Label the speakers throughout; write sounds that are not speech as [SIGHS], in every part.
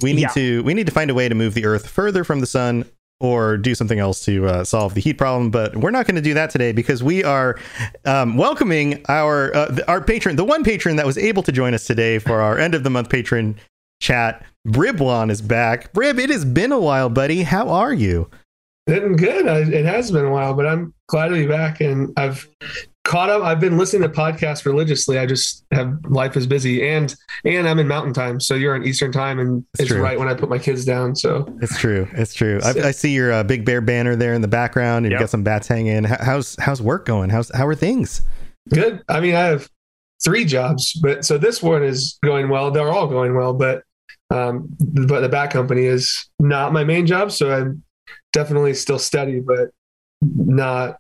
Speaker 1: We need
Speaker 2: Yeah.
Speaker 1: to we need to find a way to move the Earth further from the sun or do something else to uh, solve the heat problem. But we're not going to do that today because we are um, welcoming our uh, th- our patron, the one patron that was able to join us today for our end of the month patron chat. Bribwan is back. Brib, it has been a while, buddy. How are you?
Speaker 3: Been good. I, it has been a while, but I'm glad to be back. And I've caught up. I've been listening to podcasts religiously. I just have life is busy, and and I'm in Mountain Time, so you're on Eastern Time, and
Speaker 1: It's
Speaker 3: it's,
Speaker 1: true.
Speaker 3: right when I put my kids down. So
Speaker 1: It's true. It's true. I, I see your uh, big bear banner there in the background. You've
Speaker 2: Yep.
Speaker 1: got some bats hanging. How- How's how's work going? How's how are things?
Speaker 3: good. I mean, I have three jobs, but so this one is going well. They're all going well, but um, but the back company is not my main job, so I'm definitely still steady, but not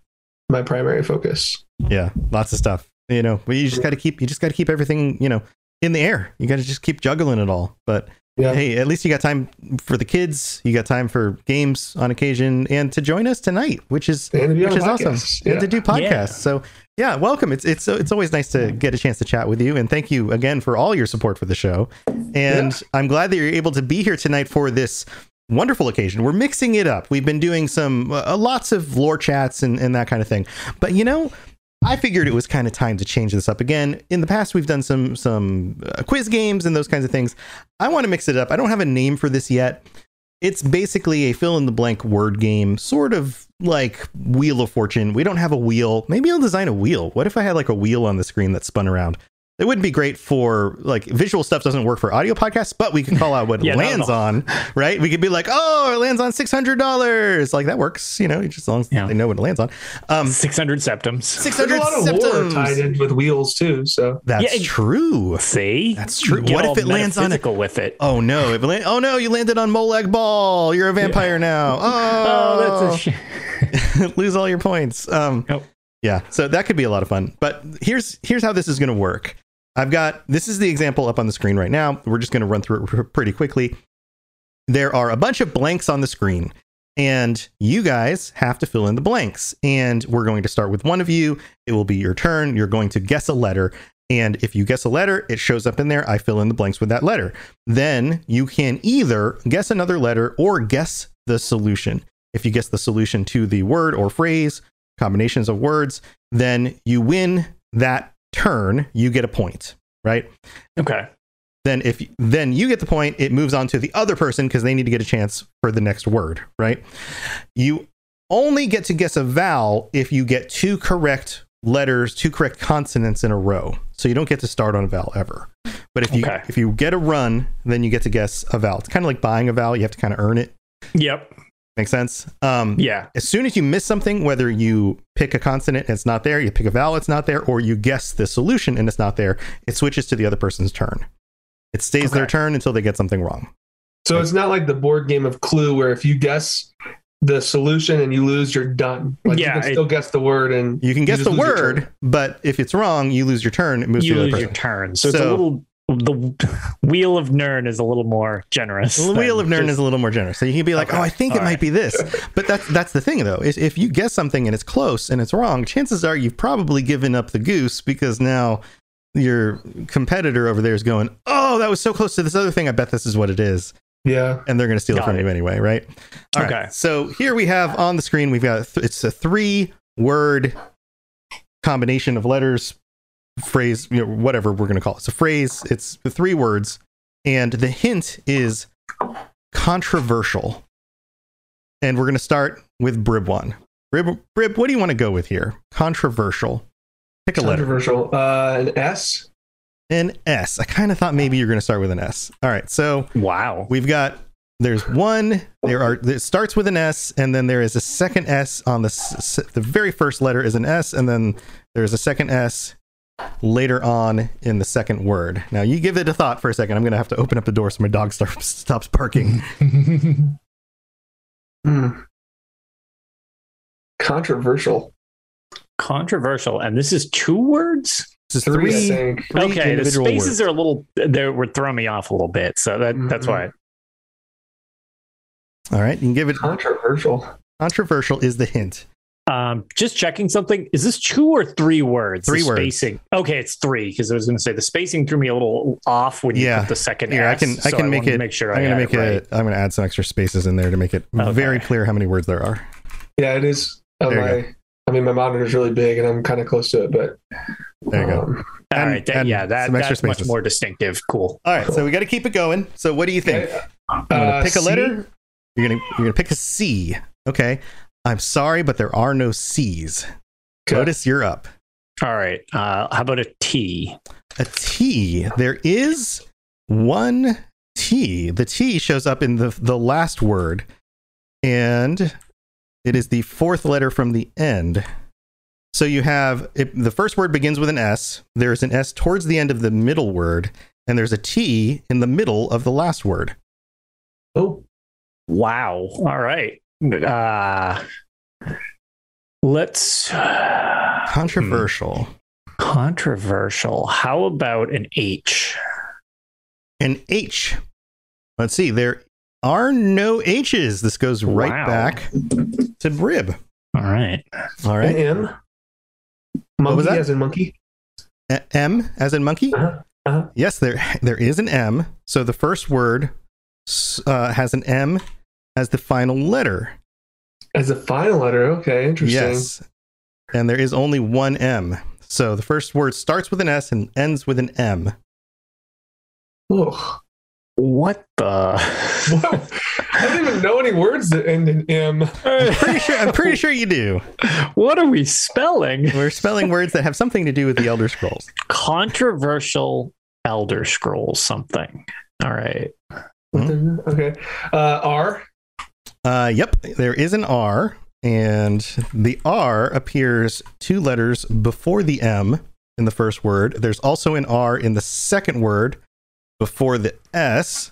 Speaker 3: my primary focus.
Speaker 1: yeah lots of stuff you know but you just got to keep you just got to keep everything you know in the air you got to just keep juggling it all but
Speaker 3: Yeah.
Speaker 1: hey at least you got time for the kids you got time for games on occasion and to join us tonight which is
Speaker 3: And to be on
Speaker 1: which
Speaker 3: a
Speaker 1: is awesome
Speaker 3: podcast.
Speaker 1: and to do podcasts
Speaker 2: Yeah.
Speaker 1: so yeah welcome it's it's it's always nice to get a chance to chat with you and thank you again for all your support for the show and i'm glad that you're able to be here tonight for this wonderful occasion we're mixing it up we've been doing some uh, lots of lore chats and, and that kind of thing but you know I figured it was kind of time to change this up again. In the past, we've done some some uh, quiz games and those kinds of things. I want to mix it up. I don't have a name for this yet. It's basically a fill in the blank word game, sort of like Wheel of Fortune. We don't have a wheel. Maybe I'll design a wheel. What if I had like a wheel on the screen that spun around? It would be great for like visual stuff doesn't work for audio podcasts, but we can call out what
Speaker 2: [LAUGHS] Yeah,
Speaker 1: it
Speaker 2: not at
Speaker 1: lands
Speaker 2: all.
Speaker 1: on, right? We could be like, oh, it lands on six hundred dollars. Like that works, you know, just as long as
Speaker 2: Yeah.
Speaker 1: they know what it lands on. Um,
Speaker 2: 600 septums.
Speaker 1: six
Speaker 3: There's a
Speaker 1: hundred
Speaker 3: lot of lore tied in with wheels too. So
Speaker 1: That's
Speaker 2: Yeah, it-
Speaker 1: true.
Speaker 2: See,
Speaker 1: That's true.
Speaker 2: You get
Speaker 1: What if
Speaker 2: all
Speaker 1: it lands on a-
Speaker 2: metaphysical with it?
Speaker 1: Oh no! If it land- oh no! You landed on Molag Ball. You're a vampire now. [LAUGHS] Oh,
Speaker 2: Oh, that's a
Speaker 1: [LAUGHS]
Speaker 2: sh-
Speaker 1: lose all your points. Um,
Speaker 2: Nope.
Speaker 1: yeah. So that could be a lot of fun. But here's here's how this is going to work. I've got this is the example up on the screen right now. We're just going to run through it [LAUGHS] pr- pretty quickly. There are a bunch of blanks on the screen, and you guys have to fill in the blanks. And we're going to start with one of you. It will be your turn. You're going to guess a letter. And if you guess a letter, it shows up in there. I fill in the blanks with that letter. Then you can either guess another letter or guess the solution. If you guess the solution to the word or phrase, combinations of words, then you win that turn. You get a point, right?
Speaker 2: okay.
Speaker 1: Then if then you get the point, it moves on to the other person because they need to get a chance for the next word, right? You only get to guess a vowel if you get two correct letters, two correct consonants in a row. So you don't get to start on a vowel ever. But if you
Speaker 2: Okay.
Speaker 1: if you get a run, then you get to guess a vowel. It's kind of like buying a vowel; you have to kind of earn it.
Speaker 2: Yep.
Speaker 1: Makes sense. Um,
Speaker 2: Yeah.
Speaker 1: as soon as you miss something, whether you pick a consonant and it's not there, you pick a vowel, it's not there, or you guess the solution and it's not there, it switches to the other person's turn. It stays their
Speaker 2: Okay.
Speaker 1: turn until they get something wrong.
Speaker 3: So it's not like the board game of Clue, where if you guess the solution and you lose, you're done. Like
Speaker 2: Yeah,
Speaker 3: you can still guess the word, and
Speaker 1: You can guess
Speaker 3: just
Speaker 1: the
Speaker 3: lose your
Speaker 1: word,
Speaker 3: turn.
Speaker 1: but if it's wrong, you lose your turn. It moves
Speaker 2: You
Speaker 1: to the other
Speaker 2: lose
Speaker 1: person.
Speaker 2: your turn. So, it's
Speaker 1: So-
Speaker 2: a little. The wheel of Nern is a little more generous.
Speaker 1: The wheel of
Speaker 2: than
Speaker 1: Nern
Speaker 2: just-
Speaker 1: is a little more generous. So you can be like,
Speaker 2: Okay.
Speaker 1: oh, I think it
Speaker 2: All
Speaker 1: might
Speaker 2: right.
Speaker 1: be this. But that's that's the thing though, is if you guess something and it's close and it's wrong, chances are you've probably given up the goose because now your competitor over there is going, "Oh, that was so close to this other thing. I bet this is what it is."
Speaker 3: Yeah.
Speaker 1: And they're going to steal it
Speaker 2: Got
Speaker 1: from
Speaker 2: it.
Speaker 1: you anyway, right? All right.
Speaker 2: Okay.
Speaker 1: So here we have on the screen we've got th- it's a three word combination of letters, phrase, you know, whatever we're going to call it. It's a phrase. It's the three words, and the hint is controversial. And we're going to start with Brib one. Brib, Brib, what do you want to go with here? Controversial. Pick a letter.
Speaker 3: Controversial. Uh, an S.
Speaker 1: An S. I kind of thought maybe you're going to start with an S. All right. So [LAUGHS]
Speaker 2: Wow.
Speaker 1: we've got there's one. There are it starts with an S, and then there is a second S on the s- s- the very first letter is an S, and then there is a second S later on in the second word. Now you give it a thought for a second. I'm going to have to open up the door so my dog starts [LAUGHS] stops barking.
Speaker 3: Hmm. Controversial.
Speaker 2: Controversial. And this is two words?
Speaker 1: This is
Speaker 3: Three, I
Speaker 1: three,
Speaker 3: think.
Speaker 1: three
Speaker 2: okay, the
Speaker 1: individual
Speaker 2: spaces
Speaker 1: words. Mm-hmm.
Speaker 2: are a little they were throwing me off a little bit. So that that's why.
Speaker 1: All right, you can give it.
Speaker 3: Controversial.
Speaker 1: Controversial is the hint.
Speaker 2: Um just checking something. Is this two or three words?
Speaker 1: Three
Speaker 2: the
Speaker 1: words.
Speaker 2: Spacing. Okay, it's three because I was going to say the spacing threw me a little off when you
Speaker 1: Yeah.
Speaker 2: put the second
Speaker 1: Here, I
Speaker 2: S,
Speaker 1: can I
Speaker 2: so
Speaker 1: can make
Speaker 2: wanted
Speaker 1: it.
Speaker 2: to make sure
Speaker 1: I'm
Speaker 2: I
Speaker 1: going to
Speaker 2: had
Speaker 1: make
Speaker 2: it right.
Speaker 1: it. I'm going to add some extra spaces in there to make it very
Speaker 2: Okay.
Speaker 1: clear how many words there are.
Speaker 3: Yeah, it is. on
Speaker 1: There you
Speaker 3: my, I mean, my monitor's really big and I'm kind of close to it, but.
Speaker 1: There you go.
Speaker 3: um,
Speaker 2: All
Speaker 1: and-
Speaker 2: right, that-
Speaker 1: and
Speaker 2: yeah, that,
Speaker 1: some extra
Speaker 2: that's much
Speaker 1: spaces.
Speaker 2: more distinctive. Cool.
Speaker 1: All right, so we got to keep it going. So what do you think?
Speaker 3: okay.
Speaker 1: I'm gonna
Speaker 3: Uh,
Speaker 1: pick a
Speaker 3: C?
Speaker 1: letter. You're gonna you're gonna pick a C. Okay. I'm sorry, but there are no C's.
Speaker 3: Okay.
Speaker 1: Notice you're up.
Speaker 2: All right. Uh, how about a T?
Speaker 1: A T. There is one T. The T shows up in the the last word, and it is the fourth letter from the end. So you have if the first word begins with an S. There is an S towards the end of the middle word, and there's a T in the middle of the last word.
Speaker 3: Oh,
Speaker 2: Wow. All right. Uh, let's
Speaker 3: Hmm.
Speaker 1: Controversial.
Speaker 2: controversial. How about an H?
Speaker 1: and H. Let's see, there are no H's. This goes right
Speaker 2: Wow.
Speaker 1: back to Brib.
Speaker 2: All right.
Speaker 1: All
Speaker 3: an
Speaker 1: right.
Speaker 3: M. Monkey
Speaker 1: What was that?
Speaker 3: as in monkey.
Speaker 1: A- M as in monkey.
Speaker 3: Uh-huh.
Speaker 1: Yes, there there is an M. So the first word s- uh, has an M as the final letter.
Speaker 3: As a final letter. Okay, interesting.
Speaker 1: Yes. And there is only one M. So the first word starts with an S and ends with an M.
Speaker 3: [LAUGHS] Ugh. [LAUGHS]
Speaker 2: What the?
Speaker 3: What? I don't even know any words that end in M.
Speaker 2: [LAUGHS]
Speaker 1: Pretty sure, I'm
Speaker 3: [LAUGHS]
Speaker 1: pretty sure you do.
Speaker 2: what are we spelling?
Speaker 1: We're spelling words that have something to do with the Elder Scrolls.
Speaker 2: Controversial Elder Scrolls something. All right.
Speaker 1: Hmm?
Speaker 3: Okay. Uh, R.
Speaker 1: Uh, yep, there is an R, and the R appears two letters before the M in the first word. There's also an R in the second word before the S.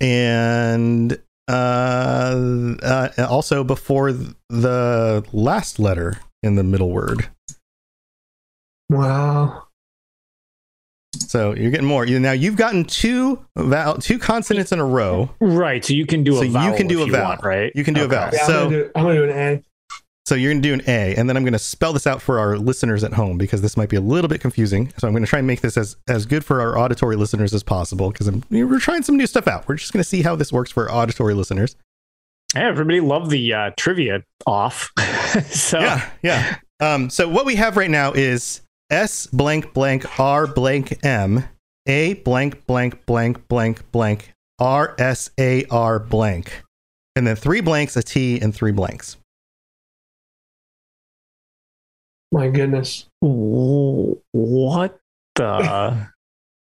Speaker 1: And uh, uh, also before the last letter in the middle word.
Speaker 3: Wow.
Speaker 1: So you're getting more. You- Now you've gotten two vowel, two consonants in a row.
Speaker 2: Right. So you can do
Speaker 1: So
Speaker 2: a
Speaker 1: you
Speaker 2: vowel.
Speaker 1: can do
Speaker 2: if
Speaker 1: a
Speaker 2: you
Speaker 1: vowel.
Speaker 2: want, right?
Speaker 1: You can do a
Speaker 2: Okay.
Speaker 1: vowel.
Speaker 3: Yeah,
Speaker 1: So-
Speaker 3: I'm, gonna do, I'm gonna do an
Speaker 1: So you're going to do an A, and then I'm going to spell this out for our listeners at home because this might be a little bit confusing. So I'm going to try and make this as, as good for our auditory listeners as possible because I'm we're trying some new stuff out. We're just going to see how this works for our auditory listeners.
Speaker 2: Hey, everybody loved the uh, trivia off. [LAUGHS] so
Speaker 1: Yeah, yeah. Um, so what we have right now is S blank blank R blank M A blank blank blank blank blank R S A R blank, and then three blanks, a T, and three blanks.
Speaker 3: A. My goodness.
Speaker 2: Wh- what
Speaker 1: [LAUGHS]
Speaker 2: the?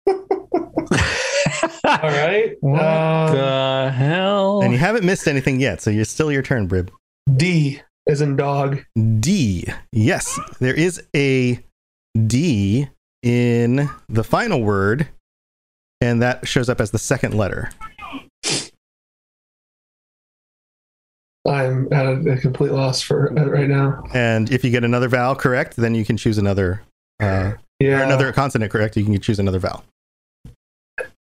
Speaker 3: All right.
Speaker 2: What
Speaker 3: Um,
Speaker 2: the hell?
Speaker 1: And you haven't missed anything yet, so you're still your turn, Brib.
Speaker 3: D as in dog.
Speaker 1: D. Yes, there is a D in the final word, and that shows up as the second letter.
Speaker 3: I'm at a, a complete loss for uh, right now.
Speaker 1: And if you get another vowel correct, then you can choose another uh,
Speaker 3: Yeah.
Speaker 1: or another consonant correct. You can choose another vowel.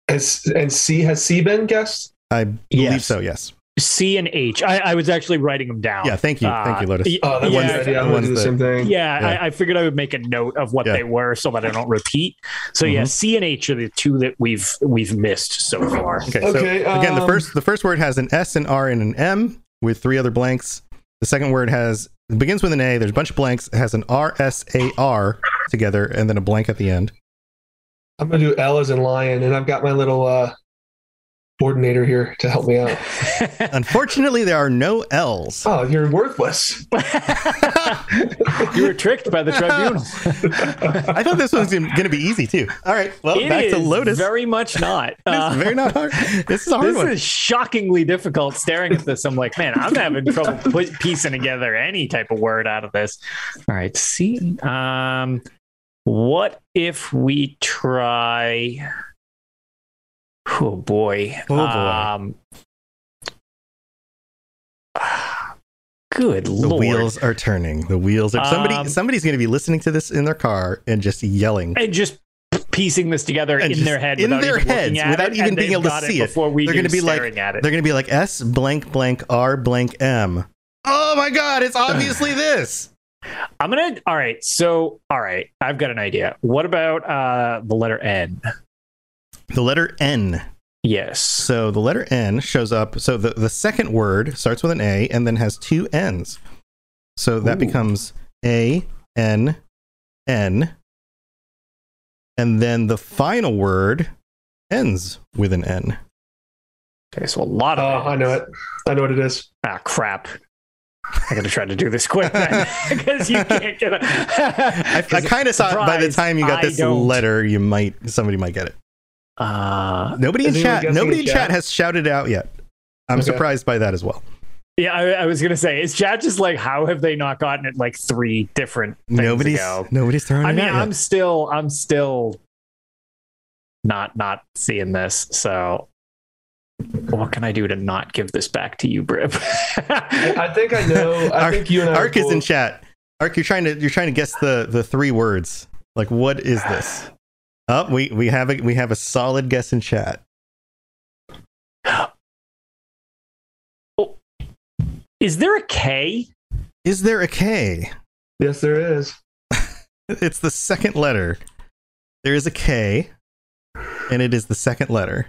Speaker 3: Has, and C has C been guessed?
Speaker 1: I believe
Speaker 2: Yes.
Speaker 1: so. Yes.
Speaker 2: C and H. I, I was actually writing them down. Uh,
Speaker 1: Yeah, thank you, thank you, Lotus.
Speaker 2: y-
Speaker 3: Oh, that
Speaker 1: Yeah,
Speaker 3: one's idea. I'm
Speaker 1: one's
Speaker 3: gonna do the
Speaker 1: the-
Speaker 3: same thing.
Speaker 2: Yeah,
Speaker 1: Yeah.
Speaker 2: I, I figured I would make a note of what
Speaker 1: Yeah.
Speaker 2: they were so that I don't repeat. So yeah,
Speaker 1: Mhm.
Speaker 2: C and H are the two that we've we've missed so far. [LAUGHS]
Speaker 1: Okay,
Speaker 3: Okay,
Speaker 1: so again, the
Speaker 3: um,
Speaker 1: first the first word has an S and R and an M with three other blanks. The second word has it begins with an A. There's a bunch of blanks. It has an R S A R together, and then a blank at the end.
Speaker 3: I'm gonna do L as in lion, and I've got my little uh coordinator here to help me out.
Speaker 1: Unfortunately, there are no L's.
Speaker 3: Oh, you're worthless.
Speaker 2: you were tricked
Speaker 1: [LAUGHS]
Speaker 2: by the tribunal.
Speaker 1: I thought this was going to be easy too. All right, well
Speaker 2: It
Speaker 1: Oh, back to
Speaker 2: is
Speaker 1: Lotus. [LAUGHS]
Speaker 2: Very much not.
Speaker 1: It's
Speaker 2: Uh,
Speaker 1: very not hard. This is a hard
Speaker 2: this
Speaker 1: one.
Speaker 2: is shockingly difficult staring at this. I'm like, man, I'm having
Speaker 1: [LAUGHS]
Speaker 2: trouble put, piecing together any type of word out of this. All right, see. Um, what if we try? Oh boy.
Speaker 1: Oh, boy.
Speaker 2: Um, good
Speaker 1: the
Speaker 2: lord.
Speaker 1: wheels are turning. The wheels are somebody.
Speaker 2: Um,
Speaker 1: somebody's going to be listening to this in their car and just yelling.
Speaker 2: And just piecing this together
Speaker 1: And
Speaker 2: in
Speaker 1: just
Speaker 2: their head,
Speaker 1: in
Speaker 2: without
Speaker 1: their
Speaker 2: even
Speaker 1: heads,
Speaker 2: looking at
Speaker 1: without
Speaker 2: it,
Speaker 1: even
Speaker 2: and
Speaker 1: being
Speaker 2: they've
Speaker 1: able to
Speaker 2: got
Speaker 1: see it.
Speaker 2: before we
Speaker 1: They're
Speaker 2: going
Speaker 1: gonna
Speaker 2: to
Speaker 1: be like-
Speaker 2: at it.
Speaker 1: They're going to be like S blank blank R blank M. Oh my God! It's obviously this.
Speaker 2: I'm gonna. All right. So, all right. I've got an idea. What about uh the letter N?
Speaker 1: The letter N.
Speaker 2: Yes.
Speaker 1: So the letter N shows up. So the, the second word starts with an A and then has two N's. So that
Speaker 2: Ooh.
Speaker 1: becomes A N N. And then the final word ends with an N.
Speaker 2: Okay. So a lot
Speaker 3: Oh,
Speaker 2: of.
Speaker 3: [LAUGHS] I know it. I know what it is.
Speaker 2: Ah, crap. I gotta try to do this quick
Speaker 3: [LAUGHS]
Speaker 2: then, because you can't get. it.
Speaker 1: I, I
Speaker 2: [LAUGHS]
Speaker 1: kind of saw by the
Speaker 2: surprise,
Speaker 1: time you got
Speaker 2: I
Speaker 1: this
Speaker 2: don't.
Speaker 1: letter, you might somebody might get it.
Speaker 2: Uh,
Speaker 1: Nobody in
Speaker 3: Is anyone
Speaker 1: chat.
Speaker 3: guessing
Speaker 1: Nobody
Speaker 3: in
Speaker 1: in chat
Speaker 3: chat?
Speaker 1: has shouted out yet. I'm
Speaker 3: Okay.
Speaker 1: surprised by that as well.
Speaker 2: yeah, I, I was gonna say, is chat just like how have they not gotten it like three different things
Speaker 1: Nobody's
Speaker 2: ago?
Speaker 1: nobody's throwing
Speaker 2: I
Speaker 1: it
Speaker 2: mean,
Speaker 1: out yet.
Speaker 2: I'm still, I'm still not not seeing this. So, what can I do to not give this back to you,
Speaker 3: [LAUGHS]
Speaker 2: Brib? [LAUGHS]
Speaker 3: I I think I know. I
Speaker 1: Arc-
Speaker 3: think you and I. are
Speaker 1: Ark is in
Speaker 3: both-
Speaker 1: chat. Ark, you're trying to you're trying to guess the the three words. Like, what is this?
Speaker 2: [SIGHS]
Speaker 1: Oh, we we have a we have a solid guess in chat.
Speaker 2: Is there a K?
Speaker 1: Is there a K?
Speaker 3: Yes, there is.
Speaker 1: It's the second letter. There is a K, and it is the second letter.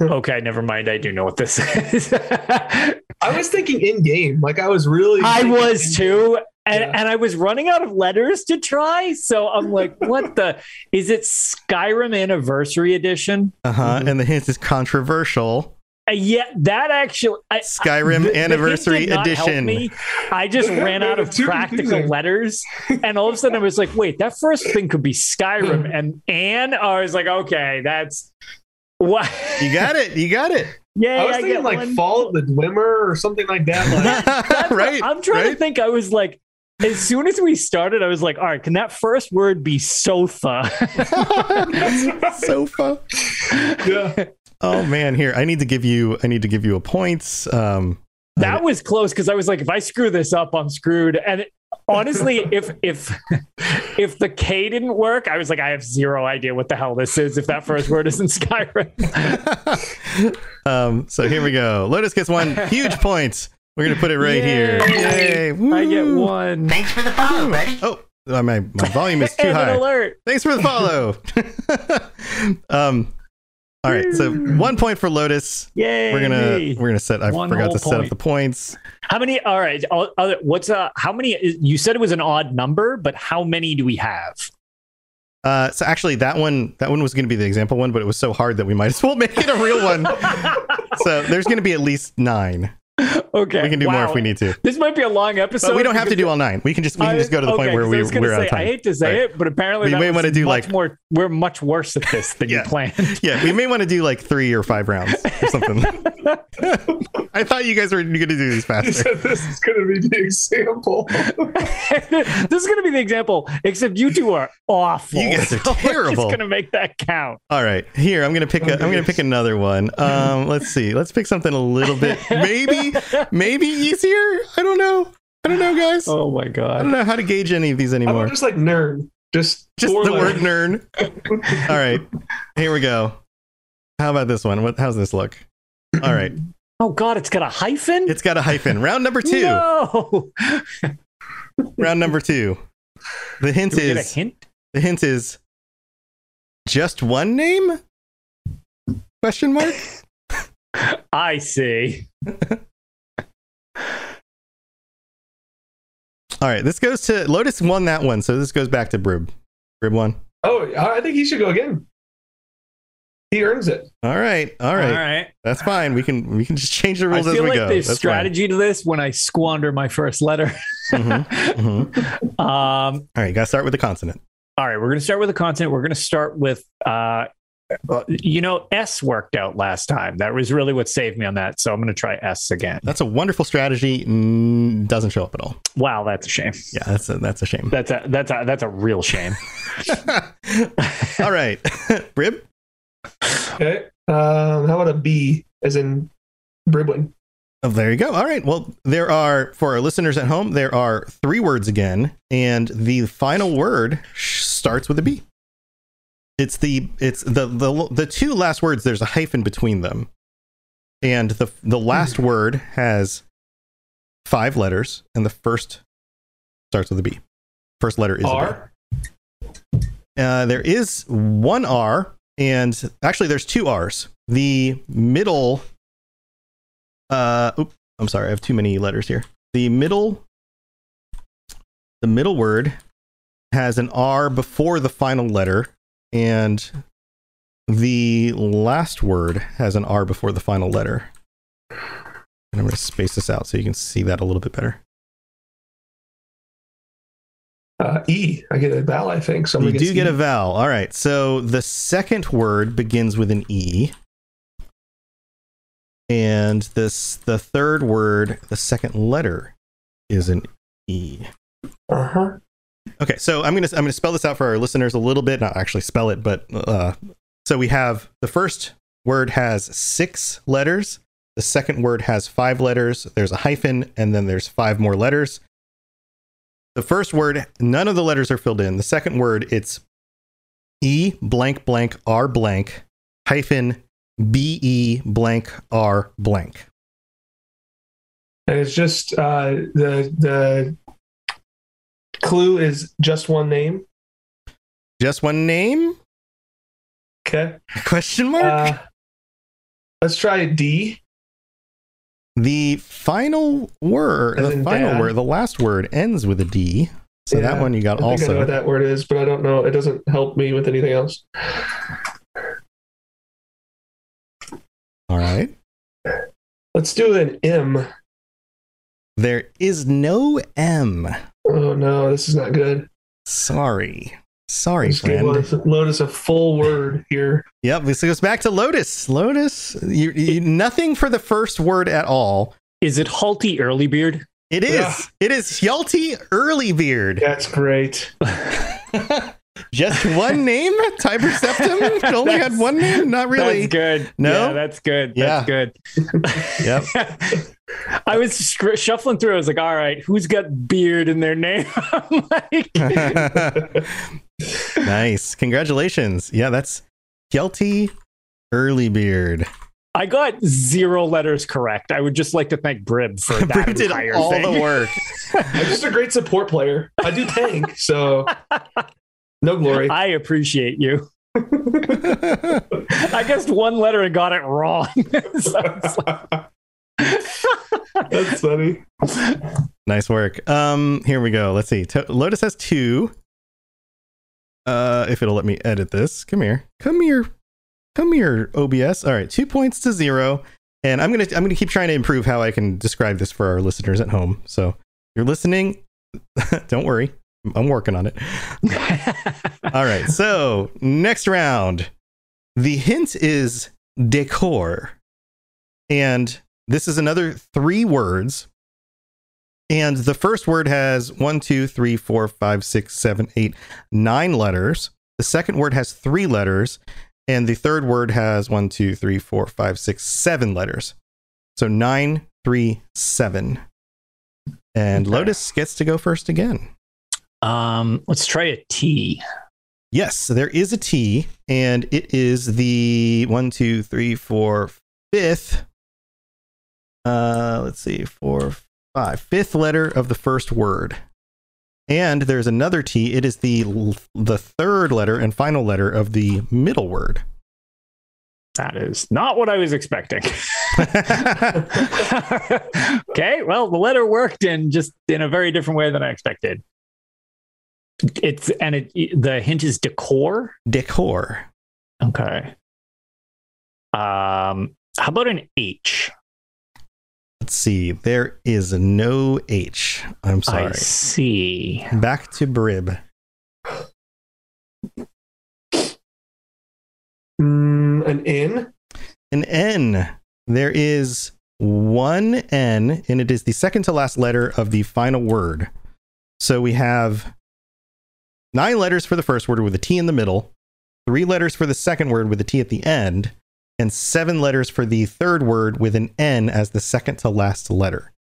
Speaker 2: Okay, never mind. I do know what this [LAUGHS] is.
Speaker 3: I was thinking in game. Like I was really.
Speaker 2: I
Speaker 3: thinking
Speaker 2: was
Speaker 3: in-game.
Speaker 2: too. And,
Speaker 3: Yeah.
Speaker 2: and I was running out of letters to try. So I'm like, what the? Is it Skyrim Anniversary Edition?
Speaker 1: Uh huh.
Speaker 3: Mhm.
Speaker 1: And the hint is controversial.
Speaker 2: Uh, yeah, that actually. I,
Speaker 1: Skyrim
Speaker 2: The- the hint
Speaker 1: Anniversary
Speaker 2: did not help
Speaker 1: Edition.
Speaker 2: me. I
Speaker 3: [LAUGHS]
Speaker 2: just ran out of
Speaker 3: Too
Speaker 2: practical
Speaker 3: confusing.
Speaker 2: letters, and all of a sudden I was like, "Wait, that first thing could be Skyrim." And and I was like, "Okay, that's [LAUGHS] what."
Speaker 1: You got it. You got
Speaker 2: [LAUGHS]
Speaker 1: it.
Speaker 2: Yeah,
Speaker 3: I was
Speaker 2: get
Speaker 3: thinking like
Speaker 2: one.
Speaker 3: Fall the Dwimmer or something like that. Like,
Speaker 1: [LAUGHS]
Speaker 2: That's what-
Speaker 1: right.
Speaker 2: I'm trying to
Speaker 1: right?
Speaker 2: think. I was like. As soon as we started, I was like, "All right, can that first word be sofa?"
Speaker 1: [LAUGHS]
Speaker 2: [LAUGHS]
Speaker 1: Sofa. [LAUGHS]
Speaker 3: yeah.
Speaker 1: Oh man, here I need to give you I need to give you a points. Um,
Speaker 2: that was close because I was like, if I screw this up, I'm screwed. And it-
Speaker 1: [LAUGHS]
Speaker 2: honestly, if if if the K didn't work, I was like, I have zero idea what the hell this is. If that first word isn't
Speaker 1: [LAUGHS]
Speaker 2: Skyrim,
Speaker 1: um, so here we go. Lotus gets one
Speaker 2: [LAUGHS]
Speaker 1: huge point. We're gonna put it right
Speaker 2: Yay.
Speaker 1: here. Yay!
Speaker 2: I get
Speaker 1: Woo. [LAUGHS]
Speaker 2: one.
Speaker 4: Thanks for the follow, buddy.
Speaker 1: Oh, uh, my my volume
Speaker 2: [LAUGHS]
Speaker 1: is too
Speaker 2: and an
Speaker 1: high.
Speaker 2: alert.
Speaker 1: Thanks for the follow. [LAUGHS] um, all right, so one point for Lotus.
Speaker 2: Yay!
Speaker 1: We're gonna we're gonna set. I
Speaker 2: One
Speaker 1: forgot
Speaker 2: whole
Speaker 1: to set up
Speaker 2: point.
Speaker 1: the points.
Speaker 2: How many? All right. all- other- What's uh? How many? You said it was an odd number, but how many do we have?
Speaker 1: Uh, so actually, that one that one was gonna be the example one, but it was so hard that we might as well make it a real
Speaker 2: [LAUGHS]
Speaker 1: one. so there's gonna be at least nine.
Speaker 2: okay.
Speaker 1: We can do more
Speaker 2: wow.
Speaker 1: if we need to.
Speaker 2: This might be a long
Speaker 1: But
Speaker 2: episode.
Speaker 1: we don't have to
Speaker 2: because-
Speaker 1: do all nine. We can just we can
Speaker 2: I-
Speaker 1: just go to the point
Speaker 2: okay,
Speaker 1: where
Speaker 2: 'cause I
Speaker 1: we
Speaker 2: was gonna
Speaker 1: we're out
Speaker 2: say,
Speaker 1: of time.
Speaker 2: I hate to say
Speaker 1: Right.
Speaker 2: it, but apparently
Speaker 1: We
Speaker 2: that
Speaker 1: may
Speaker 2: was
Speaker 1: wanna do,
Speaker 2: much
Speaker 1: like-
Speaker 2: more. We're much worse at this than
Speaker 1: Yeah.
Speaker 2: you planned.
Speaker 1: Yeah, we may want to do like three or five rounds or
Speaker 2: [LAUGHS]
Speaker 1: something. I thought you guys were going to do these faster.
Speaker 3: So this is going to be the example. [LAUGHS]
Speaker 2: this is going to be the example, except you two are awful.
Speaker 1: You
Speaker 2: [LAUGHS]
Speaker 1: guys are
Speaker 2: So We're just
Speaker 1: terrible.
Speaker 2: going to make that count.
Speaker 1: All right, here I'm going to pick. A, I'm going to pick another one. Um, let's see. Let's pick something a little bit maybe maybe easier. I don't know. I don't know, guys.
Speaker 2: Oh my
Speaker 1: I
Speaker 2: god.
Speaker 1: don't know how to gauge any of these
Speaker 3: I'm
Speaker 1: anymore.
Speaker 3: just like nerd. Just
Speaker 1: Just
Speaker 3: four
Speaker 1: the word
Speaker 3: letters.
Speaker 1: nerd. All right, here we go. How about this one? What? How's this look? All right.
Speaker 2: Oh God, it's got a hyphen.
Speaker 1: It's got a hyphen. Round number two.
Speaker 2: [LAUGHS] No.
Speaker 1: Round number two. The hint
Speaker 2: Do we get a
Speaker 1: is
Speaker 2: hint?
Speaker 1: the hint is just one name? Question mark?
Speaker 2: I see.
Speaker 1: All right, this goes to Lotus won that one, so this goes back to Brib. Brib won.
Speaker 3: Oh, I think he should go again. He earns it.
Speaker 1: All right, all right,
Speaker 2: All right.
Speaker 1: that's fine. We can we can just change the
Speaker 2: I
Speaker 1: rules as
Speaker 2: feel
Speaker 1: we
Speaker 2: like
Speaker 1: go.
Speaker 2: there's
Speaker 1: That's fine.
Speaker 2: strategy to this when I squander my first letter. [LAUGHS]
Speaker 1: Mhm, mhm.
Speaker 2: Um,
Speaker 1: All right, you gotta start with the consonant.
Speaker 2: all right, we're going to start with the content. We're going to start with, uh, uh, you know, S worked out last time. That was really what saved me on that. So I'm going to try S again.
Speaker 1: That's a wonderful strategy. Mm, doesn't show up at all.
Speaker 2: Wow, that's a shame.
Speaker 1: Yeah, that's a, that's a
Speaker 2: [LAUGHS]
Speaker 1: shame.
Speaker 2: That's a that's a that's a real shame.
Speaker 1: all right, [LAUGHS] Brib.
Speaker 3: Okay. Um, how about a B as in Briblin?
Speaker 1: Oh, there you go. All right. Well, there are for our listeners at home, there are three words again, and the final word sh- starts with a B. It's the it's the the the two last words. There's a hyphen between them, and the the last word has five letters, and the first starts with a B. First letter is a B.
Speaker 3: R?
Speaker 1: Uh, there is one R, and actually, there's two R's. The middle. Uh, oop, I'm sorry, I have too many letters here. The middle. The middle word has an R before the final letter, and the last word has an R before the final letter. And I'm going to space this out so you can see that a little bit better.
Speaker 3: Uh, e. I get a vowel, I think. So I'm
Speaker 1: You
Speaker 3: gonna
Speaker 1: do
Speaker 3: E.
Speaker 1: get a vowel. All right. So the second word begins with an E. And this the third word, the second letter is an E.
Speaker 3: Uh-huh.
Speaker 1: Okay, so I'm gonna I'm gonna spell this out for our listeners a little bit. Not actually spell it, but uh, so we have the first word has six letters. The second word has five letters. There's a hyphen, and then there's five more letters. The first word, none of the letters are filled in. The second word, it's E blank blank R blank hyphen B E blank R blank.
Speaker 3: And it's just uh, the the clue is just one name.
Speaker 1: Just one name? [LAUGHS]
Speaker 3: Okay.
Speaker 1: Question mark?
Speaker 3: Uh, let's try D.
Speaker 1: The final word,
Speaker 3: As
Speaker 1: the
Speaker 3: in
Speaker 1: final
Speaker 3: dad.
Speaker 1: word, the last word ends with a D. So that
Speaker 3: Yeah,
Speaker 1: one you
Speaker 3: I
Speaker 1: got
Speaker 3: think I know
Speaker 1: also.
Speaker 3: what that word is, but I don't know. It doesn't help me with anything else.
Speaker 1: All right.
Speaker 3: Let's do an M.
Speaker 1: There is no M.
Speaker 3: Oh no, this is not good.
Speaker 1: Sorry. Sorry,
Speaker 3: Let's give
Speaker 1: friend.
Speaker 3: Lotus, Lotus a full word here.
Speaker 1: Yep. This goes back to Lotus. Lotus, you,
Speaker 3: [LAUGHS]
Speaker 1: you, nothing for the first word at all.
Speaker 2: Is it Halty Early Beard?
Speaker 1: It is.
Speaker 3: Yeah.
Speaker 1: It is Yalty Earlybeard.
Speaker 3: That's great.
Speaker 1: Just
Speaker 3: [LAUGHS]
Speaker 1: one name? Tiber Septum? It only had one name? Not really.
Speaker 2: That's good.
Speaker 1: No?
Speaker 2: Yeah, that's good.
Speaker 1: Yeah.
Speaker 2: That's good. [LAUGHS]
Speaker 1: Yep.
Speaker 2: I was scr- shuffling through. I was like, all right, who's got beard in their name? [LAUGHS] I'm like,
Speaker 1: [LAUGHS] nice. Congratulations. Yeah, that's Kelty Earlybeard.
Speaker 2: I got zero letters correct. I would just like to thank Brib
Speaker 1: [LAUGHS]
Speaker 2: for that
Speaker 1: Brib did
Speaker 2: entire
Speaker 1: all
Speaker 2: thing.
Speaker 1: the
Speaker 2: [LAUGHS]
Speaker 1: work.
Speaker 3: I'm just a great support player. I do tank, so no
Speaker 2: [LAUGHS]
Speaker 3: glory. [LAUGHS]
Speaker 2: I appreciate you. I guessed one letter and got it wrong. [LAUGHS] So it's like-
Speaker 3: That's funny.
Speaker 1: nice work. Um, here we go. Let's see. To- Lotus has two. Uh, if it'll let me edit this, come here, come here, come here. OBS. All right, two points to zero. And I'm gonna I'm gonna keep trying to improve how I can describe this for our listeners at home. So if you're listening. [LAUGHS] don't worry, I'm working on it. [LAUGHS] All right. So next round, the hint is decor, and this is another three words. And the first word has one, two, three, four, five, six, seven, eight, nine letters. The second word has three letters, and the third word has one, two, three, four, five, six, seven letters. So nine, three, seven. And
Speaker 2: Okay.
Speaker 1: Lotus gets to go first again.
Speaker 2: um, let's try a T.
Speaker 1: Yes, there is a T, and it is the one, two, three, four, fifth Uh, let's see, four, five, fifth letter of the first word. And there's another T. It is the l- the third letter and final letter of the middle word. [LAUGHS]
Speaker 2: That is not what I was expecting. [LAUGHS] okay, well, the letter worked in just in a very different way than I expected. It's and it the hint is decor.
Speaker 1: Decor.
Speaker 2: Okay. Um, how about an H?
Speaker 1: Let's see. There is no H. I'm sorry.
Speaker 2: I see.
Speaker 1: Back to Brib.
Speaker 3: Mm, an N.
Speaker 1: An N. There is one N, and it is the second to last letter of the final word. So we have nine letters for the first word with a T in the middle, three letters for the second word with a T at the end, and seven letters for the third word with an N as the second to last letter.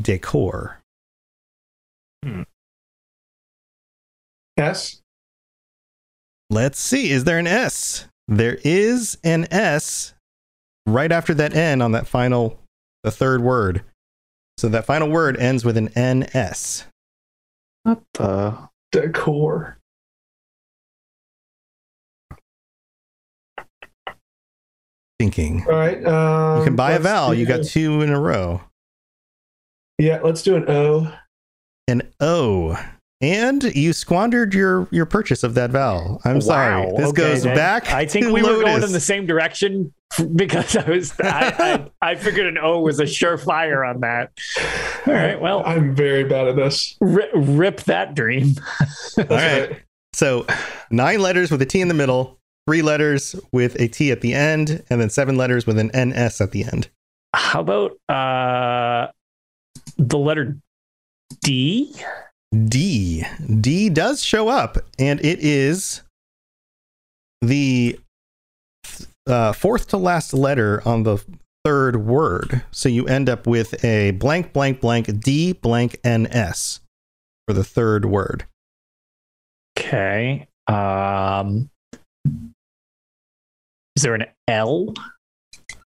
Speaker 1: Decor.
Speaker 3: S.
Speaker 1: Let's see. Is there an S? There is an S right after that N on that final, the third word. So that final word ends with an NS.
Speaker 2: What the?
Speaker 3: Uh, Decor.
Speaker 1: Thinking.
Speaker 3: All right. Um,
Speaker 1: You can buy a
Speaker 3: let's
Speaker 1: vowel. You
Speaker 3: do-
Speaker 1: got two in a row.
Speaker 3: Yeah, let's do an O.
Speaker 1: An O. And you squandered your your purchase of that vowel. I'm sorry.
Speaker 2: Wow,
Speaker 1: This
Speaker 2: okay,
Speaker 1: goes
Speaker 2: then.
Speaker 1: back.
Speaker 2: I think
Speaker 1: to
Speaker 2: we were going
Speaker 1: Lotus.
Speaker 2: in the same direction [LAUGHS] because I was I, I, I figured an O was a surefire on that. All right, well,
Speaker 3: I'm very bad at this.
Speaker 1: [LAUGHS]
Speaker 2: ri- rip that dream.
Speaker 3: That's
Speaker 1: All right. So nine letters with a T in the middle, three letters with a T at the end, and then seven letters with an NS at the end.
Speaker 2: How about uh the letter D?
Speaker 1: D. D does show up, and it is the uh, fourth to last letter on the third word. So you end up with a blank, blank, blank, D, blank, NS for the third word.
Speaker 2: Okay. Um Is there an L?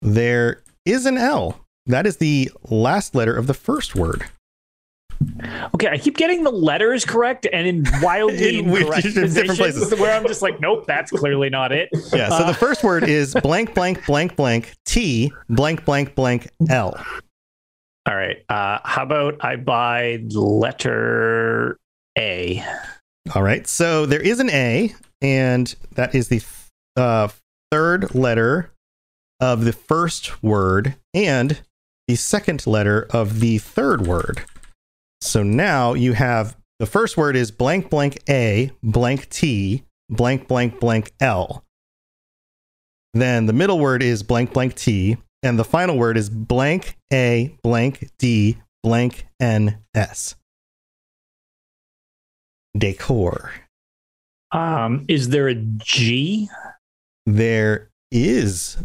Speaker 1: There is an L. That is the last letter of the first word.
Speaker 2: Okay, I keep getting the letters correct and in wildly
Speaker 1: In weird- [LAUGHS]
Speaker 2: incorrect
Speaker 1: different
Speaker 2: positions
Speaker 1: places.
Speaker 2: where I'm just like, nope, that's clearly not it.
Speaker 1: Yeah. So
Speaker 2: Uh,
Speaker 1: the first word is blank, blank, blank, blank, T, blank, blank, blank, L.
Speaker 2: All right. Uh, how about I buy letter A?
Speaker 1: All right. So there is an A, and that is the uh, third letter of the first word and the second letter of the third word. So now you have the first word is blank, blank, A, blank, T, blank, blank, blank, L. Then the middle word is blank, blank, T, and the final word is blank, A, blank, D, blank, N, S. Decor.
Speaker 2: Um, is there a G?
Speaker 1: there is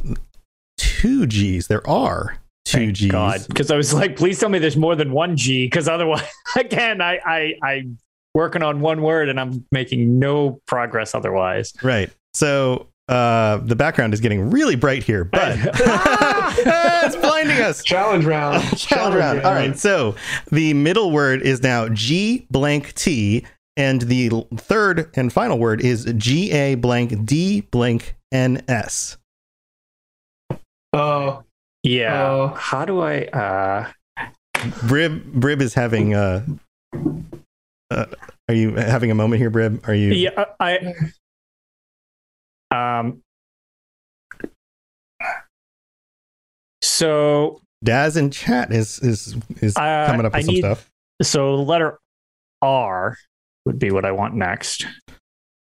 Speaker 1: two G's. There are two
Speaker 2: Thank
Speaker 1: G's.
Speaker 2: God, because I was like, please tell me there's more than one G, because otherwise, [LAUGHS] again, I, I, I'm working on one word and I'm making no progress otherwise.
Speaker 1: Right. So uh, the background is getting really bright here, but Ah, [LAUGHS] it's blinding us. [LAUGHS]
Speaker 3: Challenge round.
Speaker 1: Child round. All right. So the middle word is now G blank T, and the l- third and final word is G A blank D blank N S.
Speaker 3: Oh,
Speaker 2: yeah.
Speaker 3: Oh.
Speaker 2: How do I? Uh,
Speaker 1: Brib Brib is having. Uh, uh, are you having a moment here, Brib? Are you?
Speaker 2: yeah, I. I- Um. So
Speaker 1: Daz in chat is is is
Speaker 2: uh,
Speaker 1: coming up with
Speaker 2: I
Speaker 1: some
Speaker 2: need
Speaker 1: stuff.
Speaker 2: So the letter R would be what I want next.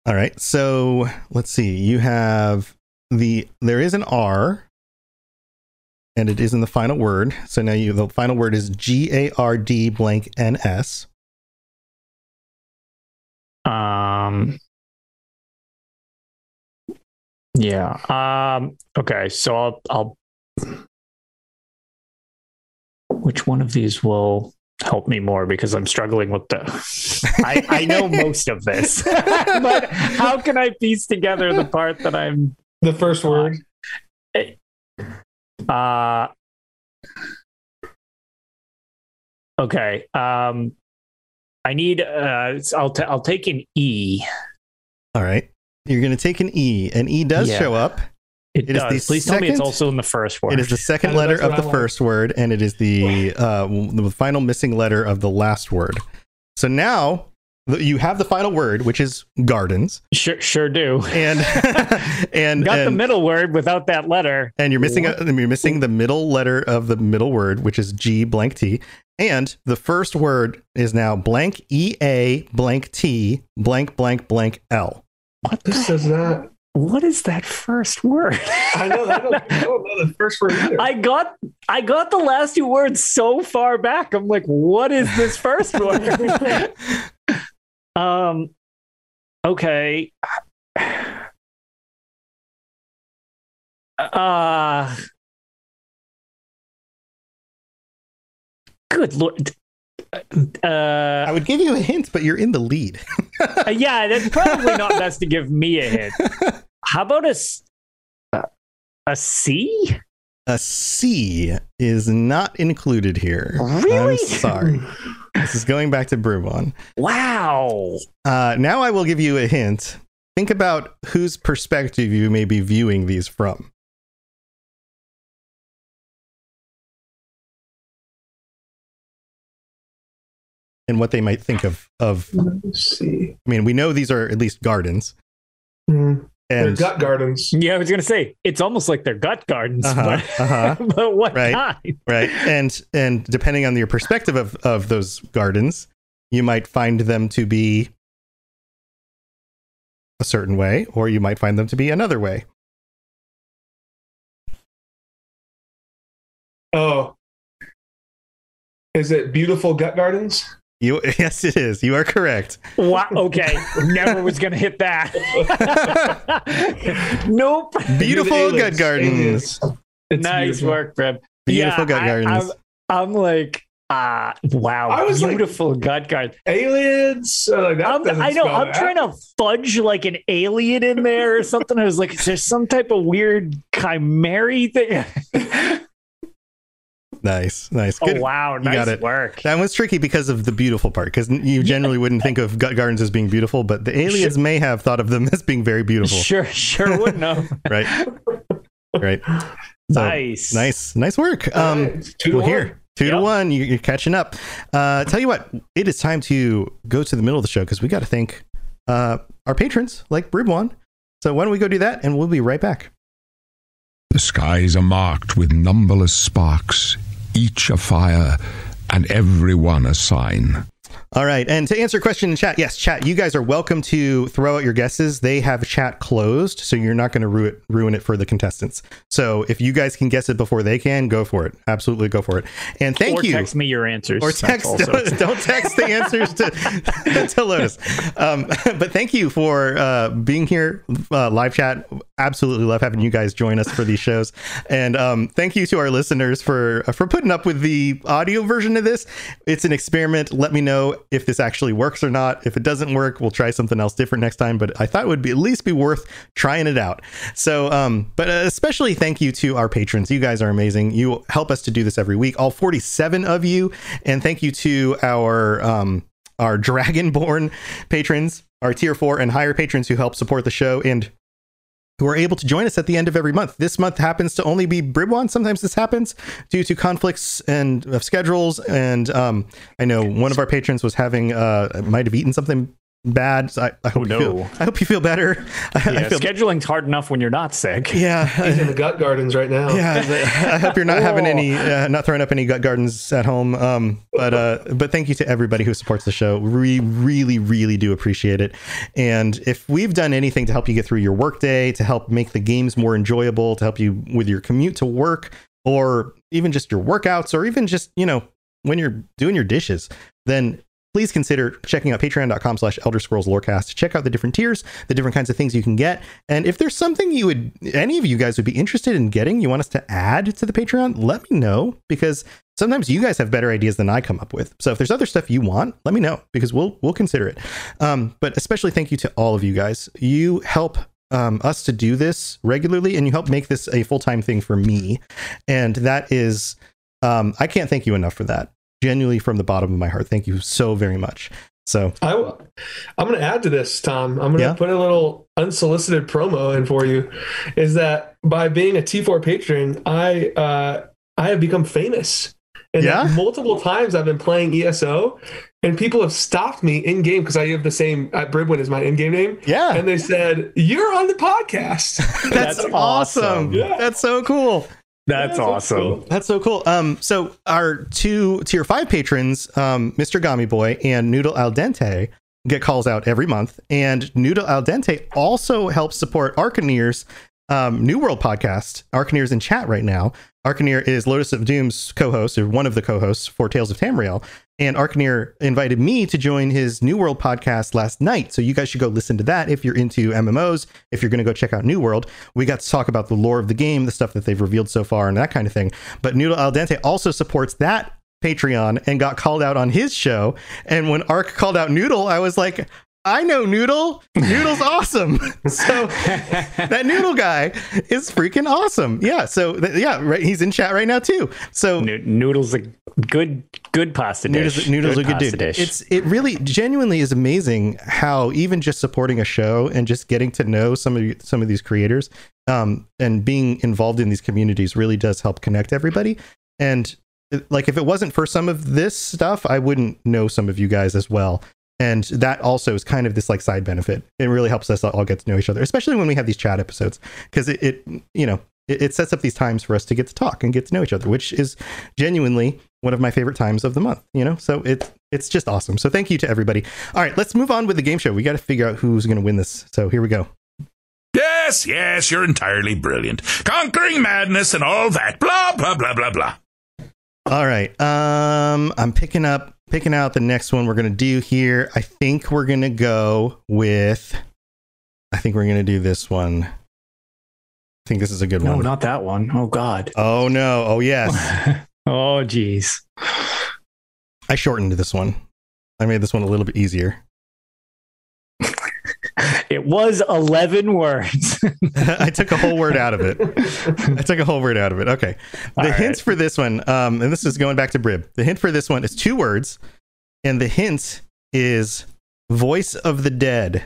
Speaker 1: All right. So let's see. You have the there is an R, and it is in the final word. So now you the final word is G A R D blank N S.
Speaker 2: Um Yeah. Um okay, so I'll I'll which one of these will help me more because I'm struggling with the I,
Speaker 1: [LAUGHS]
Speaker 2: I know most of this. [LAUGHS] but how can I piece together the part that I'm
Speaker 3: the first word.
Speaker 2: Uh, okay. Um, I need. Uh, it's- I'll t- I'll take an E.
Speaker 1: All right. You're going to take an E, and E does
Speaker 2: Yeah.
Speaker 1: show up.
Speaker 2: It,
Speaker 1: It is
Speaker 2: does.
Speaker 1: the
Speaker 2: Please tell me it's
Speaker 1: second-
Speaker 2: also in the first word.
Speaker 1: It is the second
Speaker 3: Kinda
Speaker 1: letter
Speaker 3: that's what
Speaker 1: of
Speaker 3: I
Speaker 1: the
Speaker 3: want.
Speaker 1: first word, and it is the uh, w- the final missing letter of the last word. So now th- you have the final word, which is gardens,
Speaker 2: sure, sure do.
Speaker 1: and [LAUGHS] and
Speaker 2: Got the
Speaker 1: and,
Speaker 2: middle word without that letter.
Speaker 1: and you're missing a, you're missing the middle letter of the middle word, which is G blank T, and the first word is now blank E A blank T blank blank blank L.
Speaker 2: What
Speaker 3: This
Speaker 2: the,
Speaker 3: does not.
Speaker 2: What is that first word?
Speaker 3: I know. I don't, I don't know the first word either.
Speaker 2: [LAUGHS] I got I got the last two words so far back. I'm like, what is this first [LAUGHS] word? um okay. [SIGHS] Uh Good lord.
Speaker 1: I
Speaker 2: Uh
Speaker 1: would give you a hint, but you're in the lead.
Speaker 2: yeah, that's probably not best to give me a hint. How about a s- uh, a C?
Speaker 1: A C is not included here.
Speaker 2: Really?
Speaker 1: I'm sorry. this is going back to Brewon.
Speaker 2: Wow.
Speaker 1: Uh, now I will give you a hint. Think about whose perspective you may be viewing these from. And what they might think of of
Speaker 3: Let's see.
Speaker 1: I mean, we know these are at least gardens.
Speaker 3: Mm. They're
Speaker 1: And
Speaker 3: gut gardens.
Speaker 2: Yeah, I was gonna say it's almost like they're gut gardens,
Speaker 1: Uh-huh,
Speaker 2: but,
Speaker 1: uh-huh.
Speaker 2: [LAUGHS] but what
Speaker 1: Right.
Speaker 2: kind?
Speaker 1: right and and depending on your perspective of of those gardens you might find them to be a certain way or you might find them to be another way
Speaker 3: Oh. Is it beautiful gut gardens?
Speaker 1: you [LAUGHS] yes it is you are correct
Speaker 2: Wow. Okay, never was gonna hit that. nope.
Speaker 1: beautiful
Speaker 3: aliens.
Speaker 1: gut gardens
Speaker 3: Aliens. It's
Speaker 2: nice
Speaker 3: beautiful.
Speaker 2: work, Breb.
Speaker 1: beautiful
Speaker 2: Yeah,
Speaker 1: gut
Speaker 2: I-
Speaker 1: gardens
Speaker 2: I'm, I'm like, ah, wow.
Speaker 3: I was like-
Speaker 2: beautiful gut garden.
Speaker 3: Aliens. Uh, like, that
Speaker 2: I'm,
Speaker 3: doesn't
Speaker 2: I know.
Speaker 3: spell
Speaker 2: I'm
Speaker 3: that.
Speaker 2: trying to fudge like an alien in there or something. I was like, is there some type of weird chimera thing? [LAUGHS]
Speaker 1: nice nice
Speaker 2: oh
Speaker 1: good
Speaker 2: wow,
Speaker 1: got
Speaker 2: nice
Speaker 1: it.
Speaker 2: work.
Speaker 1: that one's tricky because of the beautiful part because you generally wouldn't think of gut gardens as being beautiful but the aliens may have thought of them [LAUGHS] as being very beautiful
Speaker 2: Sure, sure would know.
Speaker 1: right
Speaker 2: [LAUGHS]
Speaker 1: right [LAUGHS] So,
Speaker 2: nice,
Speaker 1: nice nice work um
Speaker 3: All right, two to
Speaker 1: Well,
Speaker 3: one.
Speaker 1: here, two to
Speaker 2: Yep.
Speaker 1: one. you- You're catching up. Uh, tell you what, it is time to go to the middle of the show because we got to thank uh, our patrons like Bribwan. So why don't we go do that, and we'll be right back.
Speaker 5: The skies are marked with numberless sparks, each a fire, and every one a sign.
Speaker 1: All right, and to answer a question in chat, yes, chat. You guys are welcome to throw out your guesses. They have chat closed, so you're not going to ruin ruin it for the contestants. So if you guys can guess it before they can, go for it. Absolutely, go for it. And thank
Speaker 2: or
Speaker 1: you.
Speaker 2: text me your answers.
Speaker 1: or
Speaker 2: That's
Speaker 1: text [LAUGHS]
Speaker 2: also-
Speaker 1: don't, don't text the answers to to [LAUGHS] lotus um, [LAUGHS] but thank you for uh, being here uh, live chat absolutely love having you guys join us for these shows and um, thank you to our listeners for uh, for putting up with the audio version of this it's an experiment let me know if this actually works or not if it doesn't work we'll try something else different next time but i thought it would be at least be worth trying it out so um but especially thank you to our patrons you guys are amazing you help us to do this every week all 47 of you and thank you to our um our [LAUGHS] dragonborn patrons our tier 4 and higher patrons who help support the show and who are able to join us at the end of every month. This month happens to only be Bribwan. Sometimes this happens due to conflicts and of schedules. And um, I know one of our patrons was having uh, might have eaten something bad. So I, I hope
Speaker 2: Oh,
Speaker 1: you feel,
Speaker 2: no.
Speaker 1: I hope you feel better. I, I
Speaker 2: Yeah,
Speaker 1: feel
Speaker 2: scheduling's hard enough when you're not
Speaker 1: [LAUGHS]
Speaker 2: sick.
Speaker 1: yeah.
Speaker 3: He's in the gut gardens right
Speaker 1: [LAUGHS]
Speaker 3: now.
Speaker 1: Yeah, I hope you're not having any, uh, not throwing up any gut gardens at home. Um, but uh, but thank you to everybody who supports the show. We really, really do appreciate it. And if we've done anything to help you get through your workday, to help make the games more enjoyable, to help you with your commute to work, or even just your workouts, or even just you know when you're doing your dishes, then please consider checking out patreon.com slash elder scrolls lorecast to check out the different tiers the different kinds of things you can get and if there's something you would any of you guys would be interested in getting you want us to add to the patreon let me know because sometimes you guys have better ideas than i come up with so if there's other stuff you want let me know because we'll we'll consider it um, but especially thank you to all of you guys you help um, us to do this regularly, and you helped make this a full time thing for me. And that is, um, I can't thank you enough for that. Genuinely, from the bottom of my heart, thank you so very much. So
Speaker 3: I, am going to add to this, Tom. I'm going to
Speaker 1: Yeah.
Speaker 3: put a little unsolicited promo in for you. Is that by being a T4 patron, I uh, I have become famous. And that
Speaker 1: Yeah?
Speaker 3: multiple times I've been playing ESO, and people have stopped me in game because I have the same uh, Bridwin is my in game name,
Speaker 1: [LAUGHS] yeah,
Speaker 3: and they said you're on the podcast. [LAUGHS]
Speaker 1: that's,
Speaker 2: That's
Speaker 1: awesome.
Speaker 2: awesome.
Speaker 3: Yeah.
Speaker 1: That's so cool.
Speaker 2: That's awesome.
Speaker 1: That's so cool. Um, so our two tier five patrons, um, Mr. Gami Boy and Noodle Al Dente, get calls out every month, and Noodle Al Dente also helps support Arcaneers. Um, New World podcast. Arcaneer's in chat right now. Arcaneer is Lotus of Doom's co-host, or one of the co-hosts for Tales of Tamriel. And Arcaneer invited me to join his New World podcast last night. So you guys should go listen to that if you're into MMOs, if you're going to go check out New World. We got to talk about the lore of the game, the stuff that they've revealed so far, and that kind of thing. But Noodle Al Dente also supports that Patreon and got called out on his show. And when Ark called out Noodle, I was like, I know Noodle. Noodle's awesome. [LAUGHS] So that Noodle guy is freaking awesome. Yeah. So th- yeah, right. He's in chat right now too. So
Speaker 2: Noo- noodles a good good pasta
Speaker 1: Noodles,
Speaker 2: dish.
Speaker 1: noodles are good
Speaker 2: pasta
Speaker 1: dude.
Speaker 2: dish.
Speaker 1: It's it really genuinely is amazing how even just supporting a show and just getting to know some of you- some of these creators um, and being involved in these communities really does help connect everybody. And uh, like if it wasn't for some of this stuff, I wouldn't know some of you guys as well. And that also is kind of this like side benefit. It really helps us all get to know each other, especially when we have these chat episodes, because it, it you know it, it sets up these times for us to get to talk and get to know each other, which is genuinely one of my favorite times of the month. You know, so it's it's just awesome. So thank you to everybody. All right, let's move on with the game show. We got to figure out who's going to win this. So here we go.
Speaker 6: Yes, yes, you're entirely brilliant. Conquering madness and all that. Blah, blah, blah, blah, blah.
Speaker 1: All right, um, I'm picking up picking out the next one we're going to do here. I think we're going to go with. I think we're going to do this one. I think this is a good
Speaker 2: no,
Speaker 1: one.
Speaker 2: not that one. Oh God.
Speaker 1: oh no! Oh yes.
Speaker 2: [LAUGHS] oh geez.
Speaker 1: I shortened this one. I made this one a little bit easier.
Speaker 2: It was eleven words.
Speaker 1: [LAUGHS]
Speaker 2: [LAUGHS]
Speaker 1: I took a whole word out of it. I took a whole word out of it. Okay. The
Speaker 2: All right.
Speaker 1: hints for this one, um, and this is going back to Brib. The hint for this one is two words, and the hint is voice of the dead.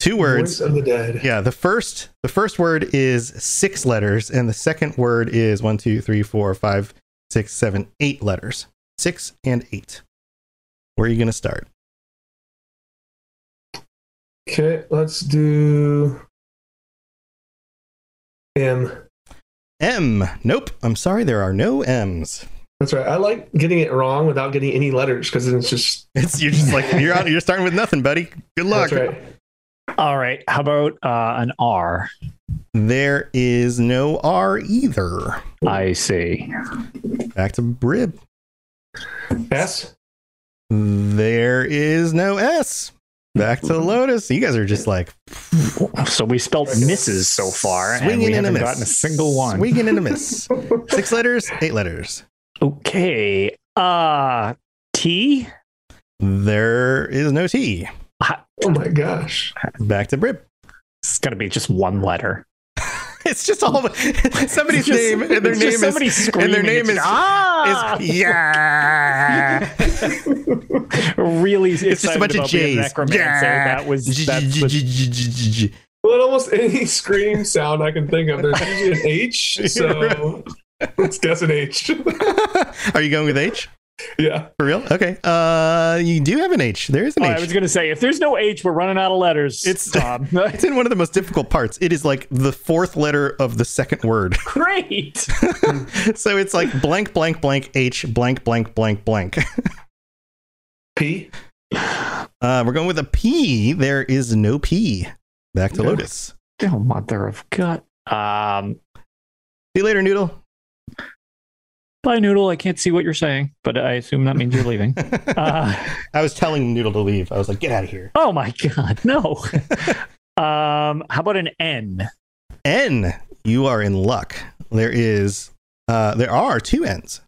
Speaker 1: Two words.
Speaker 3: Voice of the dead.
Speaker 1: Yeah, the first the first word is six letters, and the second word is one, two, three, four, five, six, seven, eight letters. Six and eight. Where are you gonna start?
Speaker 3: Okay, let's do M.
Speaker 1: M. Nope. I'm sorry, there are no M's.
Speaker 3: That's right. I like getting it wrong without getting any letters because it's just
Speaker 2: [LAUGHS]
Speaker 1: It's you're just like you're out. You're starting with nothing, buddy. Good luck.
Speaker 3: that's right.
Speaker 2: All right. How about uh, an R?
Speaker 1: There is no R either.
Speaker 2: I see.
Speaker 1: Back to Brib.
Speaker 3: S.
Speaker 1: There is no S. Back to Lotus. You guys are just like
Speaker 2: So we spelled misses so far, and
Speaker 1: swinging
Speaker 2: we
Speaker 1: and a
Speaker 2: haven't
Speaker 1: miss.
Speaker 2: gotten a single one.
Speaker 1: Swinging and a
Speaker 2: [LAUGHS]
Speaker 1: miss. Six letters, eight letters.
Speaker 2: Okay. Uh T.
Speaker 1: There is no T.
Speaker 3: Oh my gosh.
Speaker 1: Back to Brib. [LAUGHS]
Speaker 2: It's gonna be just one letter.
Speaker 1: It's just all [LAUGHS] somebody's
Speaker 2: Just-
Speaker 1: name and their
Speaker 2: it's
Speaker 1: name
Speaker 2: just
Speaker 1: is
Speaker 2: somebody screaming.
Speaker 1: and their name
Speaker 2: It's
Speaker 1: is,
Speaker 2: just, ah.
Speaker 1: is yeah.
Speaker 2: [LAUGHS] really excited
Speaker 1: It's just a bunch of
Speaker 2: about being a
Speaker 1: J's.
Speaker 2: necromancer.
Speaker 1: Yeah.
Speaker 2: That was that's the [LAUGHS]
Speaker 3: Well, in almost any [LAUGHS] scream sound I can think of, there's usually an
Speaker 1: [LAUGHS]
Speaker 3: H. So [LAUGHS] let's guess an H.
Speaker 1: Are you going with H?
Speaker 3: yeah.
Speaker 1: For real? Okay. Uh, you do have an H. There is an
Speaker 2: Oh, I
Speaker 1: H.
Speaker 2: was gonna say if there's no H, we're running out of letters.
Speaker 1: It's-
Speaker 2: [LAUGHS]
Speaker 1: [LAUGHS]
Speaker 2: Tom.
Speaker 1: it's in one of the most difficult parts. It is like the fourth letter of the second word. [LAUGHS]
Speaker 2: great.
Speaker 1: so it's like blank, blank, blank, H, blank, blank, blank, blank. [LAUGHS]
Speaker 3: P.
Speaker 1: Uh, we're going with a P. There is no P. Back to
Speaker 3: Yeah.
Speaker 1: Lotus.
Speaker 2: Oh, mother of God. Um,
Speaker 1: See you later, Noodle. [LAUGHS]
Speaker 2: bye, Noodle. I can't see what you're saying, but I assume that means you're leaving. Uh,
Speaker 1: I was telling Noodle to leave. I was like, get out of here.
Speaker 2: oh my God, no. [LAUGHS] Um, how about an N?
Speaker 1: N. You are in luck. There is. Uh, there are two N's.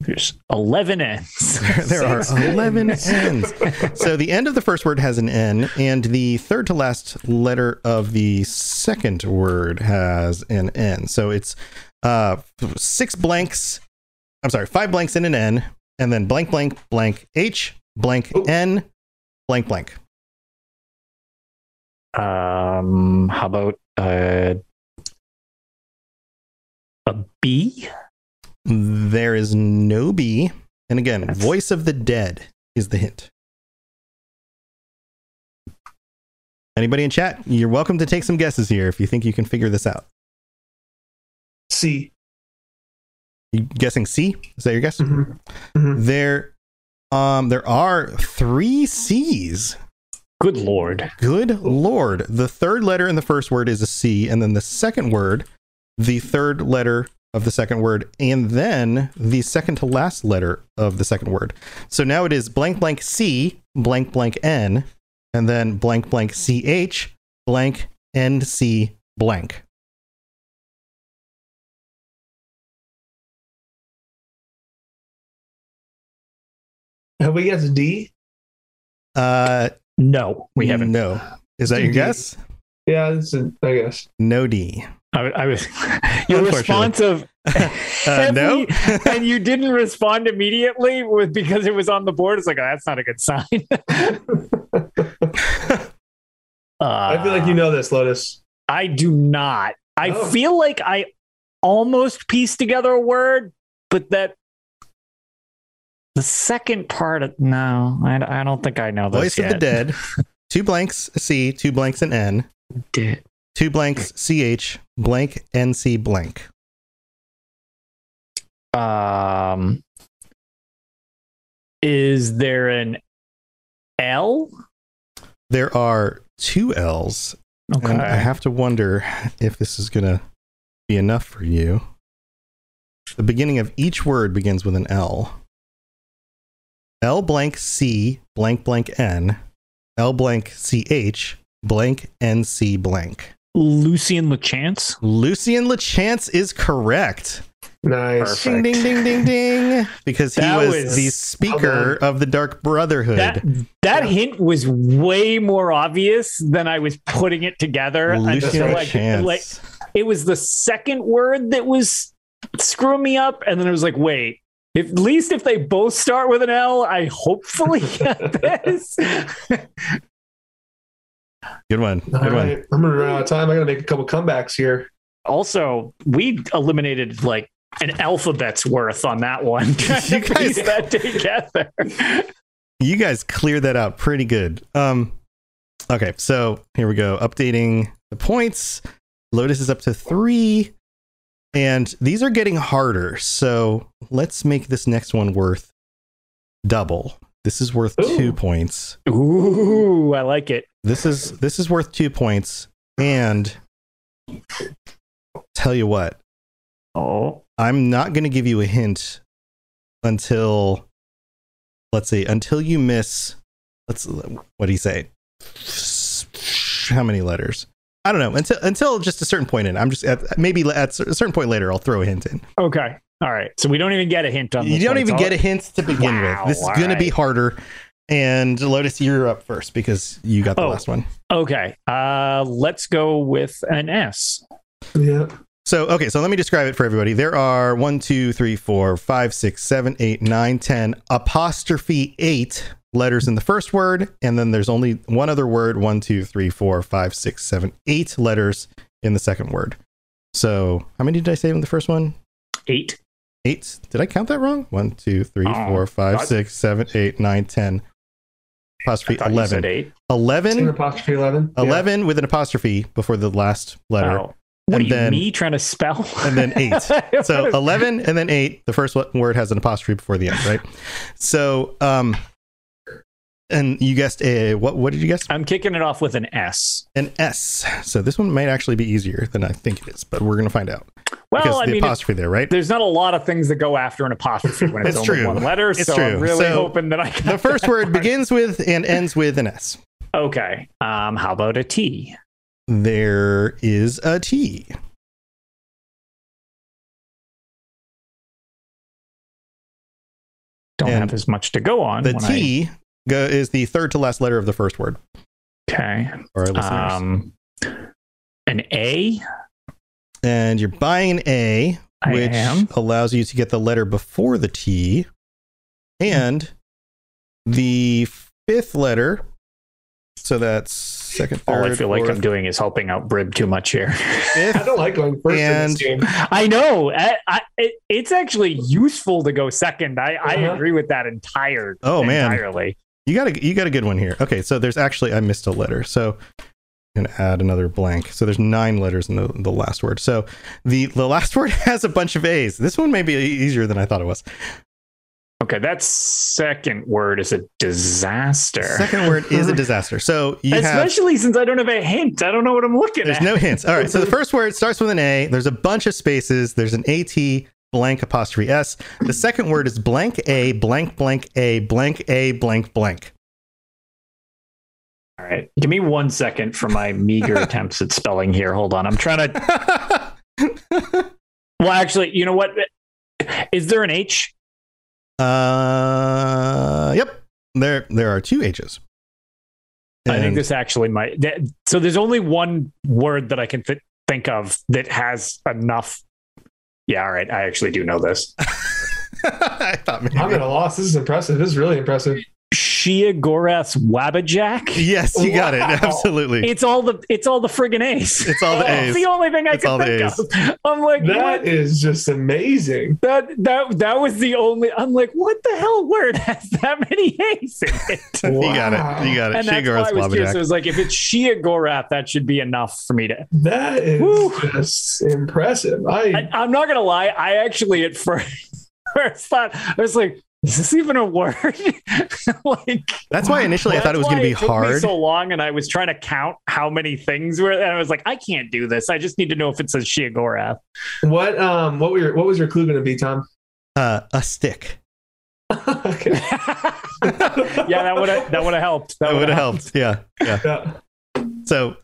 Speaker 2: There's 11 ends.
Speaker 1: [LAUGHS] there are 11 n's. So the end of the first word has an n, and the third to last letter of the second word has an n. So it's uh, six blanks. I'm sorry, five blanks and an n, and then blank, blank, blank, h, blank,
Speaker 3: Oh.
Speaker 1: n, blank, blank.
Speaker 2: Um, how about uh, a B?
Speaker 1: There is no b. And again,
Speaker 2: That's-
Speaker 1: voice of the dead is the hint. Anybody in chat, you're welcome to take some guesses here if you think you can figure this out.
Speaker 3: C.
Speaker 1: You guessing C? Is that your
Speaker 2: Mm-hmm.
Speaker 1: guess?
Speaker 3: Mhm.
Speaker 1: There, um, there are three C's.
Speaker 2: Good lord.
Speaker 1: Good lord! The third letter in the first word is a C, and then the second word, the third letter of the second word, and then the second to last letter of the second word. So now it is blank blank C blank blank N, and then blank blank C H blank N C blank.
Speaker 3: Have we guessed D?
Speaker 1: Uh,
Speaker 2: No, we haven't.
Speaker 1: No, is that your
Speaker 3: D.
Speaker 1: guess?
Speaker 3: Yeah, that's a, I guess.
Speaker 1: No
Speaker 2: [LAUGHS]
Speaker 1: D.
Speaker 2: I, I was your
Speaker 1: Unfortunately.
Speaker 2: response of
Speaker 1: [LAUGHS] Uh, no.
Speaker 2: [LAUGHS] every- and you didn't respond immediately with because it was on the board. It's like oh, that's not a
Speaker 1: [LAUGHS]
Speaker 2: good sign. [LAUGHS] Uh,
Speaker 3: I feel like
Speaker 1: Ah.
Speaker 3: you know this, Lotus.
Speaker 2: I do not. I
Speaker 3: Oh.
Speaker 2: feel like I almost pieced together a word, but that the second part of no, I, I don't think I know this
Speaker 1: Voice
Speaker 2: yet.
Speaker 1: of the Dead, two blanks C, two blanks and N,
Speaker 2: Dead.
Speaker 1: two blanks CH, blank NC blank.
Speaker 2: Um, is there an L?
Speaker 1: There are two L's,
Speaker 2: Okay.
Speaker 1: and I have to wonder if this is gonna be enough for you. The beginning of each word begins with an L. L blank C blank blank N, L blank CH blank NC blank.
Speaker 2: Lucian LeChance.
Speaker 1: Lucian LeChance is correct.
Speaker 2: Perfect.
Speaker 3: Nice.
Speaker 1: Ding ding ding ding ding. [LAUGHS] Because he
Speaker 2: That
Speaker 1: was,
Speaker 2: was-
Speaker 1: the speaker of the Dark Brotherhood.
Speaker 2: That that hint was way more obvious than I was putting it together
Speaker 1: Lucian
Speaker 2: until like,
Speaker 1: Chance.
Speaker 2: like it was the second word that was screwing me up, and then I was like, wait. If, at least if they both start with an L, I
Speaker 1: [LAUGHS]
Speaker 2: hopefully get this.
Speaker 1: good one.
Speaker 3: All
Speaker 1: Good one.
Speaker 3: right. I'm gonna run out of time. I gotta make a couple comebacks here.
Speaker 2: also, we eliminated like an alphabet's worth on that one. [LAUGHS] Trying to
Speaker 1: You guys-
Speaker 2: piece that together.
Speaker 1: You guys cleared that out pretty good. Um okay, so here we go. Updating the points. Lotus is up to three. And these are getting harder. So let's make this next one worth double. This is worth
Speaker 3: Ooh.
Speaker 1: two points.
Speaker 2: Ooh, I like it.
Speaker 1: this is this is worth two points and tell you what
Speaker 2: Oh,
Speaker 1: i'm not going to give you a hint until let's see until you miss let's what do you say how many letters i don't know until until just a certain point in i'm just at, maybe at a certain point later i'll throw a hint in
Speaker 2: okay. All right. So we don't even get a hint on
Speaker 1: you
Speaker 2: this
Speaker 1: don't
Speaker 2: one. It's
Speaker 1: even
Speaker 2: all-
Speaker 1: get a hint to begin
Speaker 2: Wow,
Speaker 1: with this is
Speaker 2: all
Speaker 1: going to be
Speaker 2: right.
Speaker 1: harder and lotus you're up first because you got the
Speaker 2: Oh.
Speaker 1: last one
Speaker 2: Okay. Uh let's go with an S.
Speaker 3: Yeah.
Speaker 1: So, okay, so let me describe it for everybody. There are one, two, three, four, five, six, seven, eight, nine, ten apostrophe 8 letters in the first word. And then there's only one other word one, two, three, four, five, six, seven, eight letters in the second word. So, how many did I say in the first one?
Speaker 2: Eight.
Speaker 1: Eight. Did I count that wrong? One, two, three,
Speaker 2: Oh,
Speaker 1: four, five,
Speaker 2: I-
Speaker 1: six, seven, eight, nine, ten.
Speaker 2: I
Speaker 1: Apostrophe
Speaker 2: thought you
Speaker 1: 11.
Speaker 2: said eight.
Speaker 3: It's an
Speaker 1: 11,
Speaker 3: apostrophe eleven. Yeah.
Speaker 1: 11 with an apostrophe before the last letter.
Speaker 2: Oh.
Speaker 1: And
Speaker 2: What are you,
Speaker 1: then-
Speaker 2: me trying to spell?
Speaker 1: and then
Speaker 2: [LAUGHS]
Speaker 1: eight. so 11 and then 8 the first one- word has an apostrophe before the end right so um and you guessed a what what did you guess
Speaker 2: I'm kicking it off with an S.
Speaker 1: an s so this one might actually be easier than i think it is but we're gonna find out because
Speaker 2: Well, I
Speaker 1: the
Speaker 2: mean,
Speaker 1: apostrophe there right
Speaker 2: there's not a lot of things that go after an apostrophe when it's,
Speaker 1: It's
Speaker 2: only
Speaker 1: true.
Speaker 2: one letter.
Speaker 1: It's
Speaker 2: so
Speaker 1: true.
Speaker 2: I'm really
Speaker 1: So
Speaker 2: hoping that I can.
Speaker 1: the first word begins with and ends with an s
Speaker 2: [LAUGHS] Okay. Um, how about a T?
Speaker 1: there is a t
Speaker 2: don't
Speaker 1: And
Speaker 2: have as much to go on.
Speaker 1: The
Speaker 2: when I-
Speaker 1: T go, is the third to last letter of the first word
Speaker 2: okay.
Speaker 1: for our listeners.
Speaker 2: Um, an A.
Speaker 1: and you're buying an A,
Speaker 2: I
Speaker 1: which
Speaker 2: am.
Speaker 1: allows you to get the letter before the T. And the fifth letter, so that's second,
Speaker 2: All
Speaker 1: third,
Speaker 2: Oh, I feel like
Speaker 1: fourth,
Speaker 2: I'm doing is helping out Brib too much here. [LAUGHS]
Speaker 3: I
Speaker 1: fifth.
Speaker 3: don't like going first in
Speaker 1: And-
Speaker 3: this game.
Speaker 2: I know. I, I, it, it's actually useful to go second. I, I
Speaker 3: Uh-huh.
Speaker 2: agree with that entire.
Speaker 1: Oh, man.
Speaker 2: Entirely.
Speaker 1: You got a you got a good one here. Okay, so there's actually I missed a letter, so I'm gonna add another blank. So there's nine letters in the, the last word. So the the last [LAUGHS] word has a bunch of A's. This one may be easier than I thought it was.
Speaker 2: Okay, that second word is a disaster.
Speaker 1: Second word is a disaster. So you have
Speaker 2: [LAUGHS] Especially since I don't have a hint. I don't know what I'm
Speaker 1: [LAUGHS]
Speaker 2: looking
Speaker 1: There's
Speaker 2: at.
Speaker 1: no hints. All right. So the first word starts with an A. There's a bunch of spaces. There's an AT blank apostrophe S. The second word is blank A blank blank A blank A blank
Speaker 2: [LAUGHS]
Speaker 1: blank.
Speaker 2: All right. Give me one second for my
Speaker 1: [LAUGHS]
Speaker 2: meager attempts at spelling here. Hold on. I'm trying to. Well, actually, you know what? Is there an H?
Speaker 1: uh, yep. There there are two H's.
Speaker 2: I think
Speaker 1: And
Speaker 2: this actually might. that- so there's only one word that I can th- think of that has enough. Yeah, all right. I actually do know this.
Speaker 1: [LAUGHS] I thought maybe.
Speaker 3: I'm at a loss. This is impressive. This is really impressive.
Speaker 2: Sheogorath Wabajack.
Speaker 1: yes, you got it.
Speaker 3: Wow.
Speaker 1: Absolutely.
Speaker 2: It's all the it's all the friggin' A's.
Speaker 1: It's all the
Speaker 2: [LAUGHS] It's
Speaker 1: A's.
Speaker 2: the only thing I
Speaker 1: It's all
Speaker 2: can
Speaker 1: the
Speaker 2: think of. I'm like, what?
Speaker 3: That is just amazing.
Speaker 2: That that that was the only. I'm like, what the hell word has that many A's in
Speaker 1: [LAUGHS]
Speaker 2: it?
Speaker 1: You got
Speaker 3: Wow.
Speaker 1: it. You got it.
Speaker 2: and that's
Speaker 1: Shigeru's
Speaker 2: why I was curious.
Speaker 1: Wabajack.
Speaker 2: It was like, if it's Shia Gorath, that should be enough for me to.
Speaker 3: That is
Speaker 2: Woo.
Speaker 3: just impressive.
Speaker 2: I,
Speaker 3: I
Speaker 2: I'm not gonna lie. I actually at first, [LAUGHS] first thought I was like, is this even a word? [LAUGHS] like,
Speaker 1: That's why initially I
Speaker 2: that's
Speaker 1: thought it was
Speaker 2: why
Speaker 1: going to be
Speaker 2: took me
Speaker 1: hard.
Speaker 2: so long, and I was trying to count how many things were, and I was like, I can't do this. I just need to know if it says Shia [LAUGHS] Gorath.
Speaker 3: what um what were your, what was your clue going to be, Tom? [LAUGHS]
Speaker 1: Uh, a stick.
Speaker 3: okay.
Speaker 2: yeah, that would have that would have helped.
Speaker 1: That would
Speaker 2: would've
Speaker 1: have helped. Yeah. Yeah.
Speaker 3: Yeah.
Speaker 1: So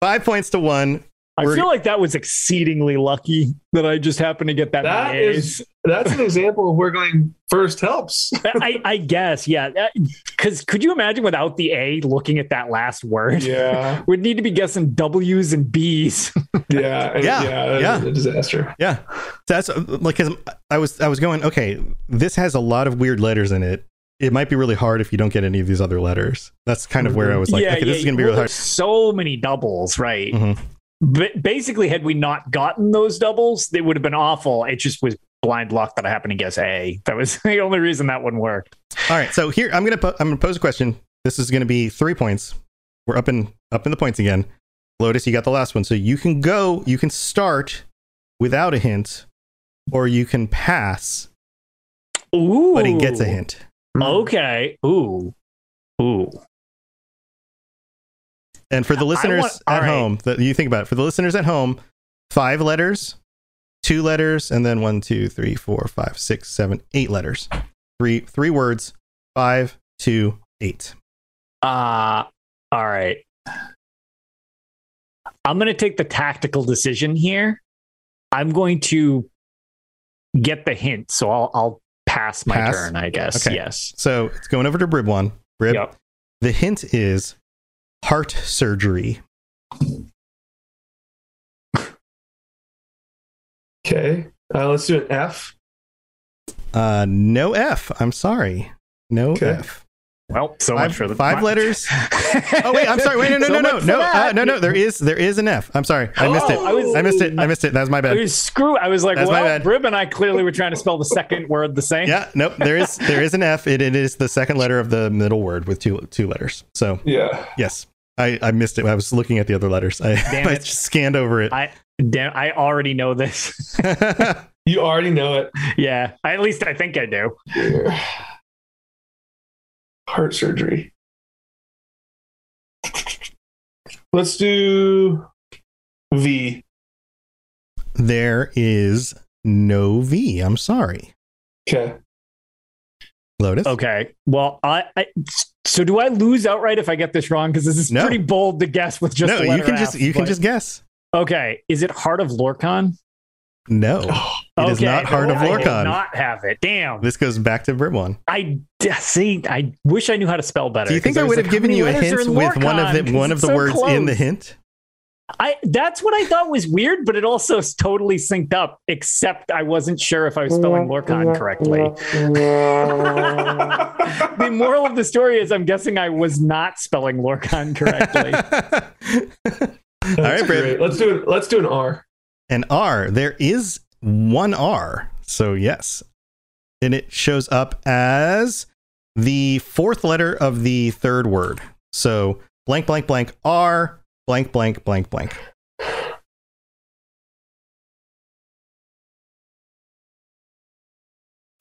Speaker 1: five points to one.
Speaker 2: I
Speaker 1: We're-
Speaker 2: feel like that was exceedingly lucky that I just happened to get that.
Speaker 3: That
Speaker 2: many A's.
Speaker 3: is that's an example of where going
Speaker 1: [LAUGHS]
Speaker 3: first helps.
Speaker 2: I, I guess, yeah. Because could you imagine without the A looking at that last word?
Speaker 3: Yeah.
Speaker 2: We'd need to be guessing W's and B's.
Speaker 3: Yeah. and-
Speaker 1: Yeah,
Speaker 3: Yeah. that
Speaker 1: yeah.
Speaker 3: is A disaster.
Speaker 1: Yeah. That's uh, like 'cause I was I was going okay. This has a lot of weird letters in it. It might be really hard if you don't get any of these other letters. That's kind of where I was like, okay, this is gonna be
Speaker 2: well,
Speaker 1: really hard.
Speaker 2: there's So many doubles, right?
Speaker 1: Mhm.
Speaker 2: But basically, had we not gotten those doubles, they would have been awful. It just was blind luck that I happened to guess A. That was [LAUGHS] the only reason that one worked.
Speaker 1: All right. So here I'm gonna po- I'm gonna pose a question. This is gonna be three points. We're up in up in the points again. Lotus, you got the last one. So you can go. You can start without a hint, or you can pass,
Speaker 2: Ooh,
Speaker 1: but he gets a hint.
Speaker 2: Mm-hmm. Okay. Ooh, ooh.
Speaker 1: And for the listeners
Speaker 2: want- all
Speaker 1: at
Speaker 2: right.
Speaker 1: home, that you think about it. For the listeners at home, five letters, two letters, and then one, two, three, four, five, six, seven, eight letters. Three three words. Five, two, eight.
Speaker 2: Uh all right. I'm going to take the tactical decision here. I'm going to get the hint, so I'll I'll pass my
Speaker 1: Pass?
Speaker 2: turn, I guess.
Speaker 1: Okay.
Speaker 2: Yes.
Speaker 1: So it's going over to Brib one. Brib.
Speaker 2: Yep.
Speaker 1: The hint is heart surgery.
Speaker 3: Okay. Uh, let's do an F.
Speaker 1: Uh no F. I'm sorry. No
Speaker 3: Okay.
Speaker 1: F.
Speaker 2: Well, so
Speaker 1: Five,
Speaker 2: much for the
Speaker 1: five
Speaker 2: [LAUGHS] my-
Speaker 1: letters. [LAUGHS] Oh wait, I'm sorry. Wait, no, no,
Speaker 2: So
Speaker 1: no, no,
Speaker 2: much for
Speaker 1: no, uh,
Speaker 2: that.
Speaker 1: no, no. There is, there is an F. I'm sorry, I missed it.
Speaker 2: Oh, I was-
Speaker 1: I missed it. I missed it. That was my
Speaker 2: I
Speaker 1: bad.
Speaker 2: was screw. I was like,
Speaker 1: That's my
Speaker 2: well,
Speaker 1: bad.
Speaker 2: Rib and I clearly were trying to spell the second word the [LAUGHS] same.
Speaker 1: yeah nope there is there is an f it, it is the second letter of the middle word with two two letters so
Speaker 3: Yeah.
Speaker 1: yes i i missed it i was looking at the other letters i, [LAUGHS]
Speaker 2: Damn
Speaker 1: I
Speaker 2: it.
Speaker 1: just scanned over it
Speaker 2: I damn, I already know this. [LAUGHS]
Speaker 3: You already know it.
Speaker 2: yeah, at least I think I do.
Speaker 3: Heart surgery. Let's do V.
Speaker 1: [LAUGHS] there is no v i'm sorry
Speaker 3: Okay.
Speaker 1: lotus
Speaker 2: Okay. Well, I, I so do I lose outright if I get this wrong? Because this is
Speaker 1: No.
Speaker 2: pretty bold to guess with just
Speaker 1: no
Speaker 2: the
Speaker 1: you
Speaker 2: letter
Speaker 1: can
Speaker 2: F,
Speaker 1: just you can
Speaker 2: but-
Speaker 1: just guess
Speaker 2: [GASPS] okay. Is it Heart of Lorcan?
Speaker 1: no It is not Heart of
Speaker 2: I did
Speaker 1: Lorcan.
Speaker 2: Not have it. Damn.
Speaker 1: This goes back to Brim one.
Speaker 2: I d- see. I wish I knew how to spell better.
Speaker 1: Do you think
Speaker 2: 'cause
Speaker 1: I
Speaker 2: was
Speaker 1: would have
Speaker 2: like,
Speaker 1: given
Speaker 2: how
Speaker 1: you a
Speaker 2: many letters are
Speaker 1: hint
Speaker 2: in
Speaker 1: with one of
Speaker 2: Lorcan?
Speaker 1: the
Speaker 2: 'Cause
Speaker 1: one of
Speaker 2: it's
Speaker 1: the
Speaker 2: so
Speaker 1: words in the
Speaker 2: close.
Speaker 1: hint?
Speaker 2: I that's what I thought was weird, but it also is totally synced up. Except I wasn't sure if I was spelling Lorcan correctly. The moral of the story is, I'm guessing I was not spelling Lorcan correctly.
Speaker 1: [LAUGHS] All right, Brad.
Speaker 3: Let's do it. Let's do an R.
Speaker 1: An R. There is one R. So yes, and it shows up as the fourth letter of the third word. So blank, blank, blank. R. Blank, blank, blank, blank.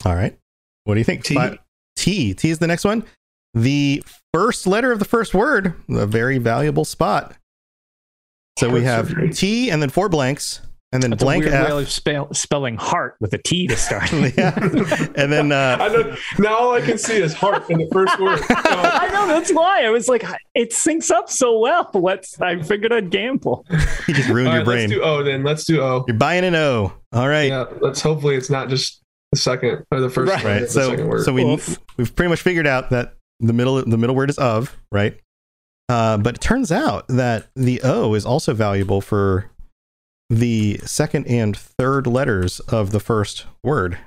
Speaker 1: All right. What do you think?
Speaker 3: T.
Speaker 1: Fi- T. T is the next one. The first letter of the first word, a very valuable spot. So we have T and then four blanks and then
Speaker 2: That's
Speaker 1: blank
Speaker 2: [LAUGHS] a weird
Speaker 1: F.
Speaker 2: way of spell, spelling heart with a T
Speaker 1: [LAUGHS]
Speaker 2: to [LAUGHS] start.
Speaker 1: Yeah. and then uh,
Speaker 3: [LAUGHS] I know, now all I can see is heart in the first word.
Speaker 1: [LAUGHS]
Speaker 3: So,
Speaker 2: I know that's why I was like, it syncs up so well. Let's. I figured I'd gamble.
Speaker 1: you just ruined
Speaker 3: all
Speaker 1: your
Speaker 3: right, let's
Speaker 1: brain.
Speaker 3: do O then. Let's do O.
Speaker 1: You're buying an O. All right.
Speaker 3: Yeah, let's hopefully it's not just the second or the first
Speaker 2: Right.
Speaker 3: [LAUGHS] word,
Speaker 1: Right.
Speaker 3: the second
Speaker 1: So
Speaker 3: word.
Speaker 1: so we
Speaker 2: Oof.
Speaker 1: we've pretty much figured out that the middle the middle word is of, right? Uh, but it turns out that the O is also valuable for the second and third letters of the first word.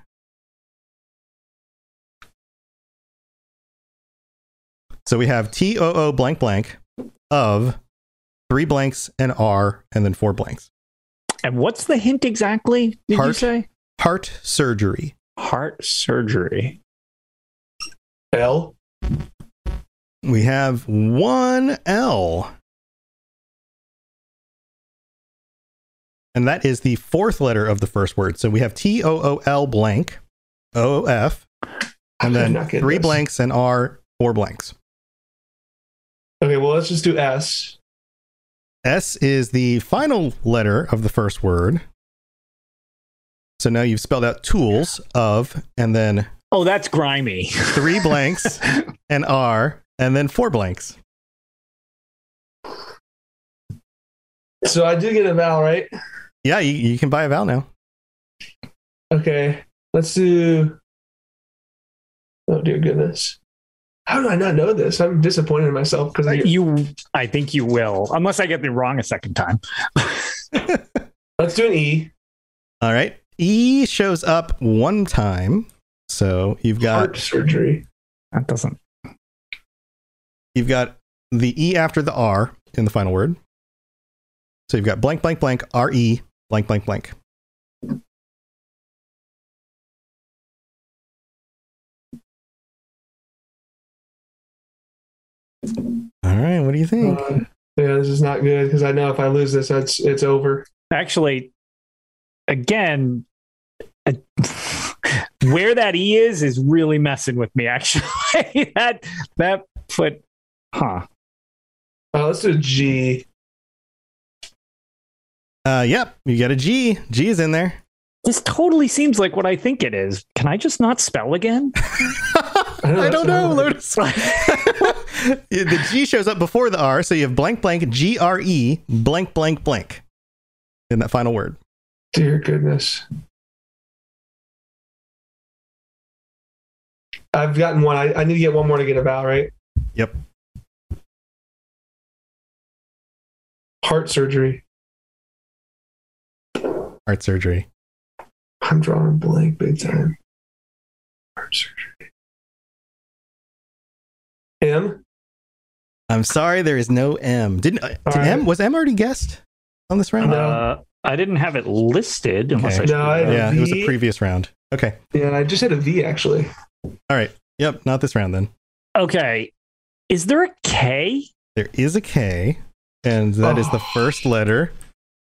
Speaker 1: So we have T O O blank blank of three blanks and R and then four blanks.
Speaker 2: And what's the hint exactly? Did you
Speaker 1: Heart.
Speaker 2: say
Speaker 1: Heart surgery.
Speaker 2: heart surgery?
Speaker 3: L.
Speaker 1: We have one L. And that is the fourth letter of the first word. So we have T O O L blank, O F, and
Speaker 3: did I
Speaker 1: then
Speaker 3: not get
Speaker 1: three
Speaker 3: this?
Speaker 1: blanks and R, four blanks.
Speaker 3: Okay, well let's just do S.
Speaker 1: S is the final letter of the first word. So now you've spelled out tools of, and then
Speaker 2: Oh, that's grimy.
Speaker 1: three
Speaker 3: [LAUGHS]
Speaker 1: blanks and R, and then four blanks.
Speaker 3: So I do get a vowel, right?
Speaker 1: Yeah, you, you can buy a vowel now.
Speaker 3: Okay, let's do. Oh dear goodness, how do I not know this? I'm disappointed in myself because I
Speaker 2: You, I think you will, unless I get it wrong a second time.
Speaker 3: let's do an E.
Speaker 1: All right. E shows up one time. So you've got
Speaker 3: Heart surgery.
Speaker 2: That doesn't.
Speaker 1: you've got the E after the R in the final word. So you've got blank blank blank R E blank blank blank. All right, what do you think?
Speaker 3: Uh, yeah, this is not good because I know if I lose this, that's it's over.
Speaker 2: Actually, again, uh, [LAUGHS] where that e is is really messing with me. Actually, [LAUGHS] that that put, huh?
Speaker 3: Uh, let's do a G.
Speaker 1: Uh, yep, you got a G. G is in there. [LAUGHS]
Speaker 2: This totally seems like what I think it is. Can I just not spell again?
Speaker 1: I don't know,
Speaker 3: Lotus.
Speaker 1: [LAUGHS] Yeah, the G shows up before the R, so you have blank blank G R E blank blank blank in that final word.
Speaker 3: Dear goodness. I've gotten one. I, I need to get one more to get a vowel, right?
Speaker 1: Yep.
Speaker 3: Heart surgery.
Speaker 1: Heart surgery.
Speaker 3: I'm drawing a blank big time. Heart surgery. M?
Speaker 1: I'm sorry, there is no M. Didn't uh, did
Speaker 3: right.
Speaker 1: M was M already guessed on this round?
Speaker 3: No.
Speaker 2: Uh, I didn't have it listed unless
Speaker 1: Okay.
Speaker 2: I.
Speaker 3: No, I-
Speaker 1: yeah, it was a
Speaker 3: V.
Speaker 1: previous round. Okay,
Speaker 3: Yeah, I just had a V actually.
Speaker 1: all right. Yep, not this round then.
Speaker 2: Okay. Is there a K?
Speaker 1: There is a K, and that is the
Speaker 3: Oh.
Speaker 1: first letter.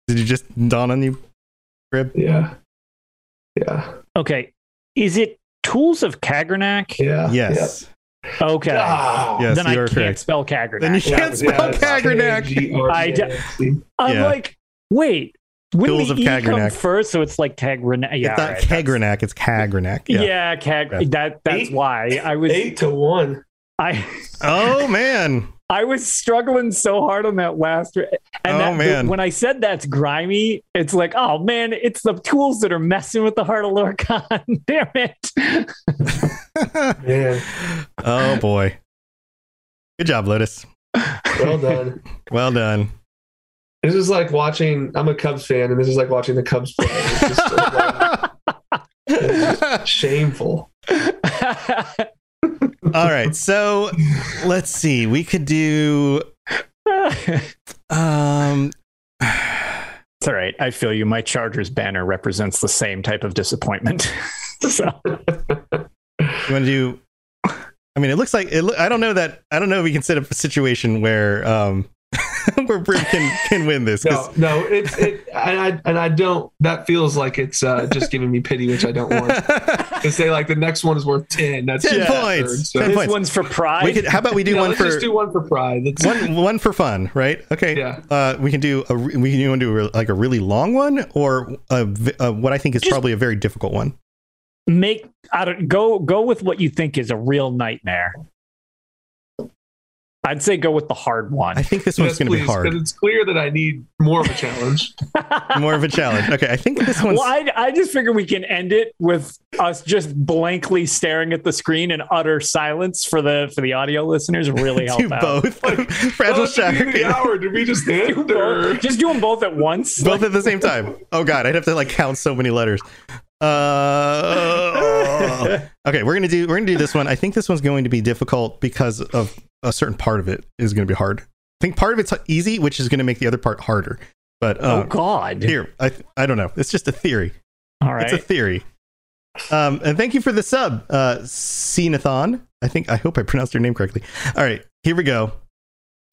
Speaker 1: Did you just dawn on you?
Speaker 3: Yeah. Yeah.
Speaker 2: Okay. Is it Tools of Kagernak?
Speaker 3: Uh, Yeah.
Speaker 1: Yes.
Speaker 2: Okay.
Speaker 3: Yeah. Ah.
Speaker 1: Yes,
Speaker 2: then
Speaker 1: you
Speaker 2: I
Speaker 1: are
Speaker 2: can't
Speaker 1: correct.
Speaker 2: spell
Speaker 1: Then you
Speaker 2: Kagernak.
Speaker 1: can't spell Kagernak.
Speaker 2: I d-
Speaker 3: Kagernak.
Speaker 2: I'm
Speaker 1: Yeah.
Speaker 2: like, wait, when
Speaker 1: Tools
Speaker 2: the
Speaker 1: of
Speaker 2: e come
Speaker 1: Kagernak.
Speaker 2: first, so it's like Kagernak. Yeah,
Speaker 1: it's not
Speaker 2: right, that's-
Speaker 1: Kagernak, it's Kagernak.
Speaker 2: Yeah, Kag-
Speaker 1: Yeah.
Speaker 2: That that's
Speaker 3: Eight-
Speaker 2: why I was.
Speaker 3: Eight to one.
Speaker 2: I
Speaker 1: Oh man. [LAUGHS]
Speaker 2: I was struggling so hard on that last. And
Speaker 1: Oh,
Speaker 2: that,
Speaker 1: man.
Speaker 2: when I said that's grimy, it's like, oh man, it's the tools that are messing with the heart of Lorcan. [LAUGHS] Damn it!
Speaker 3: Man,
Speaker 1: Oh boy. Good job, Lotus. [LAUGHS]
Speaker 3: well done.
Speaker 1: Well done.
Speaker 3: This is like watching. I'm a Cubs fan, and this is like watching the Cubs play. It's just
Speaker 1: [LAUGHS]
Speaker 3: like, shameful.
Speaker 1: All right. So let's see. We could do
Speaker 2: it's
Speaker 1: um
Speaker 2: all right. I feel you. My Chargers banner represents the same type of disappointment. [LAUGHS] so
Speaker 1: you want to do I mean it looks like it loo- I don't know that I don't know if we can set up a situation where um [LAUGHS] where Brim can can win this 'cause-
Speaker 3: No, no, it's it, and I and I don't. That feels like it's uh, just giving me pity, which I don't
Speaker 1: [LAUGHS]
Speaker 3: want. To say like the next one is worth ten. That's
Speaker 1: 10
Speaker 3: absurd,
Speaker 1: points.
Speaker 3: so-
Speaker 1: 10
Speaker 2: this
Speaker 1: points.
Speaker 2: one's for pride.
Speaker 1: we could how about we do
Speaker 3: Yeah,
Speaker 1: one
Speaker 3: let's
Speaker 1: for
Speaker 3: just do one for pride. Let's,
Speaker 1: one one for fun, right? Okay.
Speaker 3: Yeah.
Speaker 1: Uh, we can do a re- we can do a re- like a really long one or a, v- uh what I think is
Speaker 2: Just-
Speaker 1: probably a very difficult one.
Speaker 2: Make I don't go go with what you think is a real nightmare. I'd say go with the hard one.
Speaker 1: I think this one's
Speaker 3: yes,
Speaker 1: going to be
Speaker 3: please, 'cause
Speaker 1: hard,
Speaker 3: It's clear that I need more of a challenge.
Speaker 1: more of a challenge. Okay, I think this one's
Speaker 2: Well,
Speaker 1: [LAUGHS]
Speaker 2: I, I just figure we can end it with us just blankly staring at the screen and utter silence for the for the audio listeners. Really
Speaker 1: [LAUGHS]
Speaker 2: help
Speaker 1: do
Speaker 2: out.
Speaker 1: both fragile
Speaker 3: Oh, it's the
Speaker 1: shock
Speaker 3: end of the hour. Did we
Speaker 2: [LAUGHS]
Speaker 3: just
Speaker 2: Do
Speaker 3: end? or-
Speaker 2: both. Just do them both at once.
Speaker 1: [LAUGHS] both at the same time. Oh god, I'd have to like count so many letters. Uh, [LAUGHS] okay, we're gonna do we're gonna do this one. I think this one's going to be difficult because of a certain part of it is going to be hard. I think part of it's easy, which is going to make the other part harder. But
Speaker 2: [LAUGHS] oh
Speaker 1: uh,
Speaker 2: God!
Speaker 1: here, I I don't know. It's just a theory.
Speaker 2: All
Speaker 1: It's a
Speaker 2: right.
Speaker 1: theory. Um, and thank you for the sub, uh, Cenathon. I think I hope I pronounced your name correctly. All right, here we go.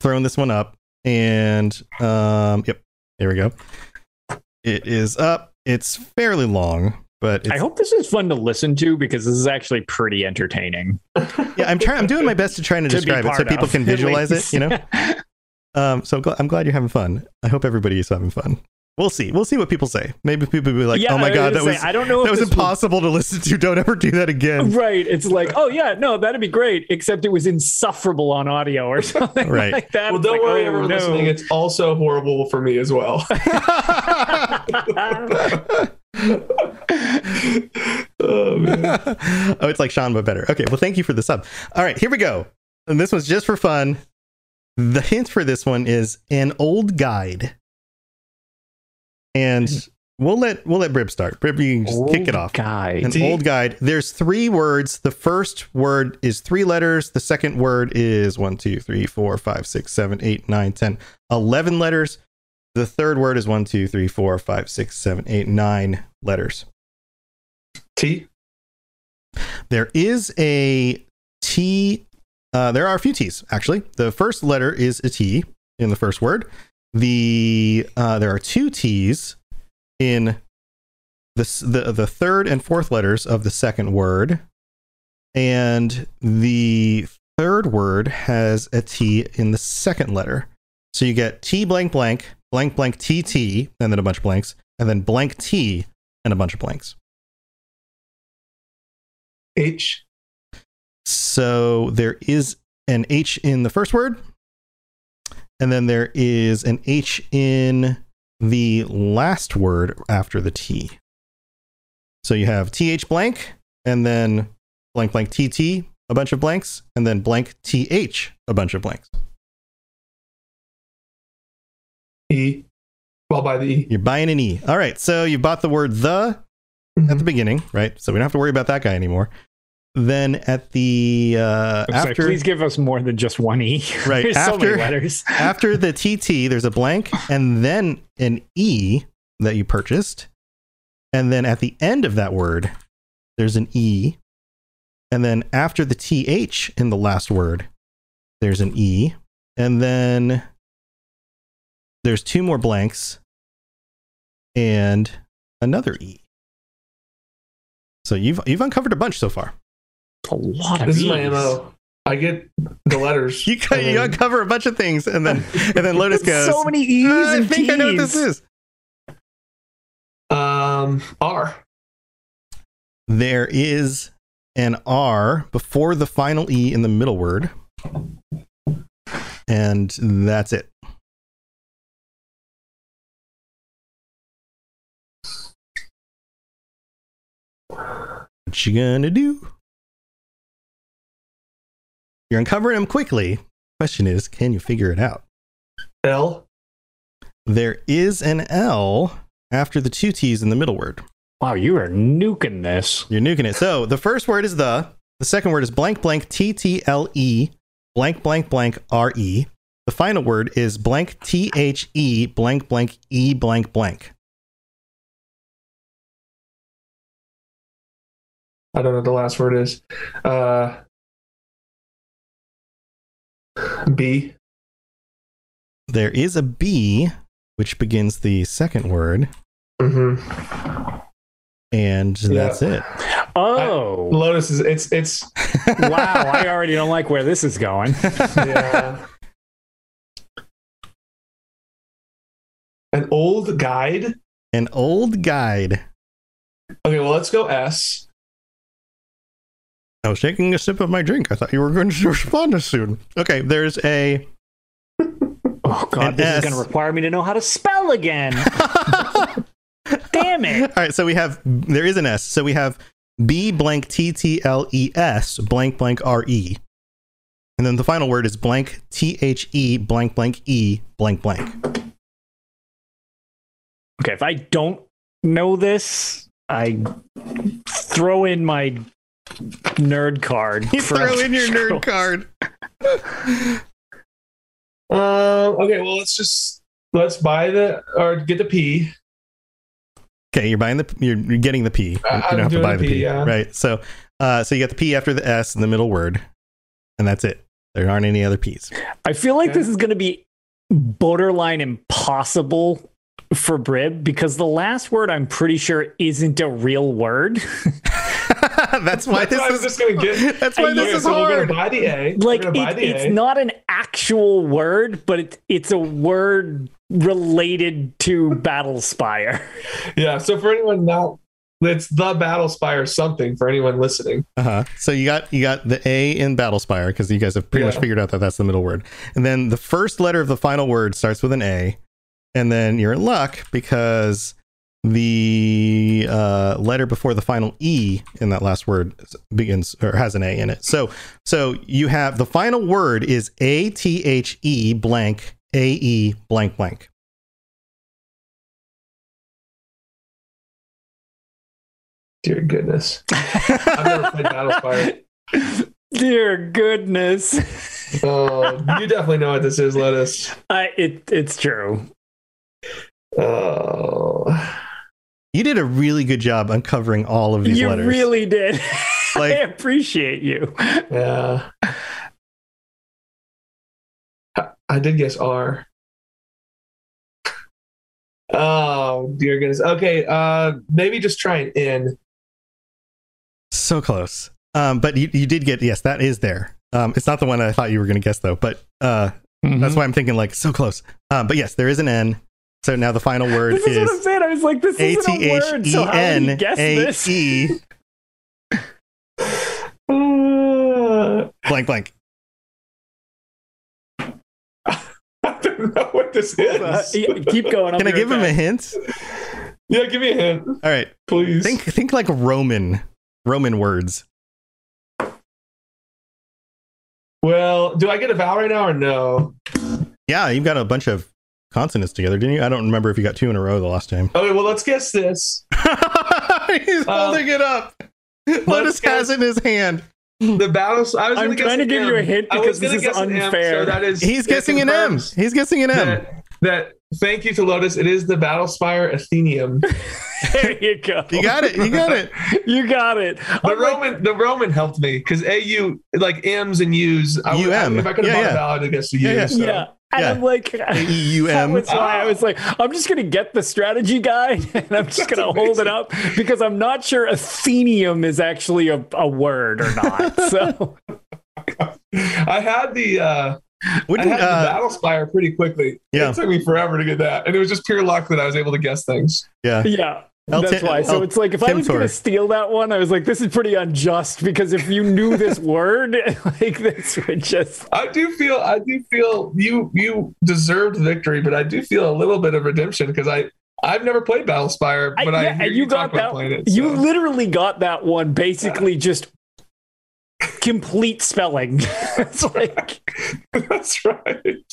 Speaker 1: Throwing this one up, and um, yep, there we go. It is up. It's fairly long, but
Speaker 2: I
Speaker 1: it's,
Speaker 2: hope this is fun to listen to because this is actually pretty entertaining.
Speaker 1: yeah, I'm trying. I'm doing my best to try to
Speaker 2: [LAUGHS] To be
Speaker 1: describe it so
Speaker 2: part
Speaker 1: people
Speaker 2: of,
Speaker 1: can
Speaker 2: at
Speaker 1: visualize it.
Speaker 2: least.
Speaker 1: You
Speaker 2: [LAUGHS]
Speaker 1: know. Um, so gl- I'm glad you're having fun. I hope everybody is having fun. We'll see. We'll see what people say. Maybe people will be like,
Speaker 2: yeah,
Speaker 1: "Oh my
Speaker 2: I
Speaker 1: god, that
Speaker 2: gonna
Speaker 1: was
Speaker 2: say, I don't know
Speaker 1: that
Speaker 2: if
Speaker 1: was
Speaker 2: this will-
Speaker 1: impossible to listen to. Don't ever do that again."
Speaker 2: [LAUGHS] Right. It's like, oh yeah, no, that'd be great. Except it was insufferable on audio or [LAUGHS] something
Speaker 1: Right.
Speaker 2: like that.
Speaker 3: Well,
Speaker 2: It's
Speaker 3: don't
Speaker 2: like,
Speaker 3: worry,
Speaker 2: oh,
Speaker 3: everyone
Speaker 2: no.
Speaker 3: listening. It's also horrible for me as well.
Speaker 1: [LAUGHS]
Speaker 3: oh, man.
Speaker 1: [LAUGHS] oh, it's like Sean, but better. Okay, well, thank you for the sub. All right, here we go. And this one's just for fun. The hint for this one is an old guide. And we'll let we'll let Brib start. Brib, you can just kick it off.
Speaker 2: Guy.
Speaker 1: An old guide. There's three words. The first word is three letters. The second word is one, two, three, four, five, six, seven, eight, nine, ten, eleven letters. The third word is one, two, three, four, five, six, seven, eight, nine letters.
Speaker 3: T.
Speaker 1: There is a T. Uh, there are a few T's actually. The first letter is a T in the first word. The uh, there are two T's in the, s- the the third and fourth letters of the second word, and the third word has a T in the second letter. So you get T blank blank blank blank T T and then a bunch of blanks and then blank T and a bunch of blanks.
Speaker 3: H.
Speaker 1: So there is an H in the first word, and then there is an H in the last word after the T. So you have TH blank, and then blank blank TT, a bunch of blanks, and then blank TH, a bunch of blanks.
Speaker 3: E. Well, by the E.
Speaker 1: You're buying an E. All right, so you bought the word the at the beginning, right? So we don't have to worry about that guy anymore. Then at the uh,
Speaker 2: It's like,
Speaker 1: after
Speaker 2: please give us more than just one E.
Speaker 1: Right,
Speaker 2: [LAUGHS] There's so
Speaker 1: after-
Speaker 2: many letters.
Speaker 1: after the TT, there's a blank and then an E that you purchased. And then at the end of that word, there's an E. And then after the TH in the last word, there's an E. And then there's two more blanks and another E. So you've you've uncovered a bunch so far.
Speaker 2: A lot of
Speaker 3: This is my
Speaker 2: E's.
Speaker 3: MO. I get the letters.
Speaker 1: [LAUGHS] You ca- you
Speaker 3: and then
Speaker 1: uncover a bunch of things and then and then Lotus
Speaker 2: That's
Speaker 1: goes.
Speaker 2: [LAUGHS] So many E's
Speaker 1: I
Speaker 2: and
Speaker 1: think I know what this
Speaker 2: T's.
Speaker 1: is.
Speaker 3: um, R.
Speaker 1: there is and R before the final E in the middle word. And that's it. What you gonna do? You're uncovering them quickly. Question is, can you figure it out?
Speaker 3: L.
Speaker 1: There is an L after the two T's in the middle word.
Speaker 2: Wow, you are nuking this.
Speaker 1: You're nuking it. So the first word is the. The second word is blank blank T T L E blank blank blank R E. The final word is blank T H E blank blank E blank blank.
Speaker 3: I don't know what the last word is. Uh, B.
Speaker 1: There is a B, which begins the second word,
Speaker 3: Mm-hmm.
Speaker 1: and that's it. [LAUGHS]
Speaker 2: Oh,
Speaker 3: Lotus is it's it's
Speaker 2: wow. I already don't like where this is going.
Speaker 3: yeah. an old guide.
Speaker 1: An old guide.
Speaker 3: Okay, well let's go S.
Speaker 1: I was taking a sip of my drink. I thought you were going to [LAUGHS] respond to soon. Okay, there's a.
Speaker 2: Oh, God,
Speaker 1: An
Speaker 2: this
Speaker 1: S.
Speaker 2: is going to require me to know how to
Speaker 1: [LAUGHS]
Speaker 2: spell again. Damn it.
Speaker 1: All right, so we have there is an S. So we have B blank T T L E S blank blank R E, and then the final word is blank T H E blank blank E blank blank.
Speaker 2: Okay, if I don't know this, I throw in my nerd card.
Speaker 1: You
Speaker 2: for-
Speaker 1: throw in your nerd card.
Speaker 3: Um. okay, well let's just let's buy the or get the P.
Speaker 1: Okay, you're buying the you're, you're getting the P. You
Speaker 3: I- I'm
Speaker 1: don't have to
Speaker 3: doing
Speaker 1: buy
Speaker 3: the
Speaker 1: the P,
Speaker 3: P, yeah.
Speaker 1: right? So, uh, so you got the P after the S in the middle word, and that's it. There aren't any other P's. [LAUGHS]
Speaker 2: I feel like
Speaker 3: Okay.
Speaker 2: this is going to be borderline impossible for Brib because the last word I'm pretty sure isn't a real word.
Speaker 1: that's
Speaker 3: [LAUGHS]
Speaker 1: why
Speaker 3: That's what I
Speaker 1: this
Speaker 3: was
Speaker 1: is
Speaker 3: just gonna get.
Speaker 1: that's [LAUGHS] why
Speaker 3: Okay,
Speaker 1: this is
Speaker 3: so We're
Speaker 1: hard.
Speaker 3: gonna buy the A. We're
Speaker 2: Like
Speaker 3: gonna buy
Speaker 2: it,
Speaker 3: the
Speaker 2: it's
Speaker 3: A.
Speaker 2: not an actual word, but it, it's a word related to Battlespire.
Speaker 3: Yeah. So for anyone not, it's the Battle Spire something for anyone listening.
Speaker 1: Uh-huh. So you got you got the A in Battlespire because you guys have pretty much
Speaker 3: Yeah.
Speaker 1: figured out that that's the middle word, and then the first letter of the final word starts with an A, and then you're in luck because the uh, letter before the final E in that last word begins or has an A in it. So so you have the final word is A T H E blank A E blank blank.
Speaker 3: Dear goodness, I've never
Speaker 2: [LAUGHS]
Speaker 3: played Battle Spire.
Speaker 2: [LAUGHS] Dear goodness. [LAUGHS]
Speaker 3: Oh, you definitely know what this is, Lotus.
Speaker 2: I, it, it's true.
Speaker 3: Oh,
Speaker 1: You did a really good job uncovering all of these
Speaker 2: You
Speaker 1: letters.
Speaker 2: really did. [LAUGHS]
Speaker 1: [LAUGHS]
Speaker 2: I
Speaker 1: Like-
Speaker 2: appreciate you.
Speaker 3: yeah. I- I did guess R. Oh dear goodness. Okay, uh, maybe just try an N.
Speaker 1: So close. Um, but you, you did get yes, that is there. Um, it's not the one I thought you were going to guess though, but uh,
Speaker 2: Mm-hmm.
Speaker 1: that's why I'm thinking like so close. Um, but yes, there is an N. So now the final word
Speaker 2: This is, what I'm
Speaker 1: is
Speaker 2: saying. I was like, this
Speaker 1: A
Speaker 2: isn't
Speaker 1: T
Speaker 2: a
Speaker 1: H
Speaker 2: word.
Speaker 1: E
Speaker 2: So how did you
Speaker 1: N
Speaker 2: guess
Speaker 1: A
Speaker 2: this? [LAUGHS]
Speaker 1: E
Speaker 3: Uh, [LAUGHS]
Speaker 1: blank
Speaker 2: [LAUGHS]
Speaker 1: blank.
Speaker 3: I don't know what this is.
Speaker 2: Uh, yeah, keep going. I'll
Speaker 1: Can I
Speaker 2: be right
Speaker 1: give him a
Speaker 2: back.
Speaker 1: hint?
Speaker 3: Yeah, give me a hint,
Speaker 1: All right,
Speaker 3: please.
Speaker 1: think think like Roman Roman words.
Speaker 3: Well, do I get a vowel right now or no?
Speaker 1: Yeah, you've got a bunch of consonants together, didn't you? I don't remember if you got two in a row the last time. [LAUGHS]
Speaker 3: Okay, well, let's guess this.
Speaker 2: Um,
Speaker 1: He's holding it up. [LAUGHS] Lotus
Speaker 3: go-
Speaker 1: has it in his hand.
Speaker 3: The battle. I was
Speaker 2: I'm
Speaker 3: gonna guess
Speaker 2: trying to
Speaker 3: an
Speaker 2: give you a
Speaker 3: M.
Speaker 2: hint
Speaker 3: I
Speaker 2: because
Speaker 3: was gonna
Speaker 2: this is
Speaker 3: guess an M,
Speaker 2: unfair.
Speaker 3: so that is,
Speaker 1: He's
Speaker 3: it
Speaker 1: guessing an M.
Speaker 3: confirms
Speaker 1: He's guessing an M.
Speaker 3: That, that- thank you to Lotus. It is the Battle Spire Athenium. The
Speaker 2: [LAUGHS] There you go.
Speaker 1: You got it. You got [LAUGHS] it.
Speaker 2: You got it. Um, I'm like,
Speaker 3: Roman. the Roman helped me because AU like M's and U's. I would,
Speaker 1: UM.
Speaker 3: I, if I could
Speaker 1: Yeah,
Speaker 3: have bought
Speaker 1: yeah.
Speaker 3: a vowel, I guess the
Speaker 1: Yeah,
Speaker 3: U.
Speaker 1: yeah.
Speaker 3: So.
Speaker 2: yeah. And
Speaker 1: Yeah.
Speaker 2: I'm like, [LAUGHS] that
Speaker 1: E-U-M.
Speaker 2: was why I was like, I'm just going to get the strategy guide [LAUGHS] and I'm just
Speaker 3: That's
Speaker 2: going to hold it
Speaker 3: amazing.
Speaker 2: up because I'm not sure Athenium is actually a, a word or
Speaker 1: [LAUGHS]
Speaker 2: not. So
Speaker 3: I had the uh, I
Speaker 1: Wouldn't
Speaker 3: had the
Speaker 1: uh,
Speaker 3: Battle Spire pretty quickly.
Speaker 1: Yeah.
Speaker 2: [LAUGHS]
Speaker 3: It took me forever to get that, and it was just pure luck that I was able to guess things.
Speaker 1: yeah.
Speaker 2: yeah.
Speaker 1: El
Speaker 2: That's
Speaker 1: Ti-
Speaker 2: why. So
Speaker 1: El
Speaker 2: it's like if I
Speaker 1: Tim
Speaker 2: was going
Speaker 1: Tor.
Speaker 2: to steal that one, I was like, this is pretty unjust because if you knew this [LAUGHS] word, like this would just.
Speaker 3: I do feel I do feel you you deserved victory, but I do feel a little bit of redemption because I I've never played Battlespire,
Speaker 2: I-
Speaker 3: but I,
Speaker 2: yeah,
Speaker 3: hear
Speaker 2: and you got
Speaker 3: talk about
Speaker 2: that-
Speaker 3: playing it.
Speaker 2: You [LAUGHS]
Speaker 3: so. [LAUGHS]
Speaker 2: literally got that one basically just complete spelling. [LAUGHS] it's like
Speaker 3: that's right.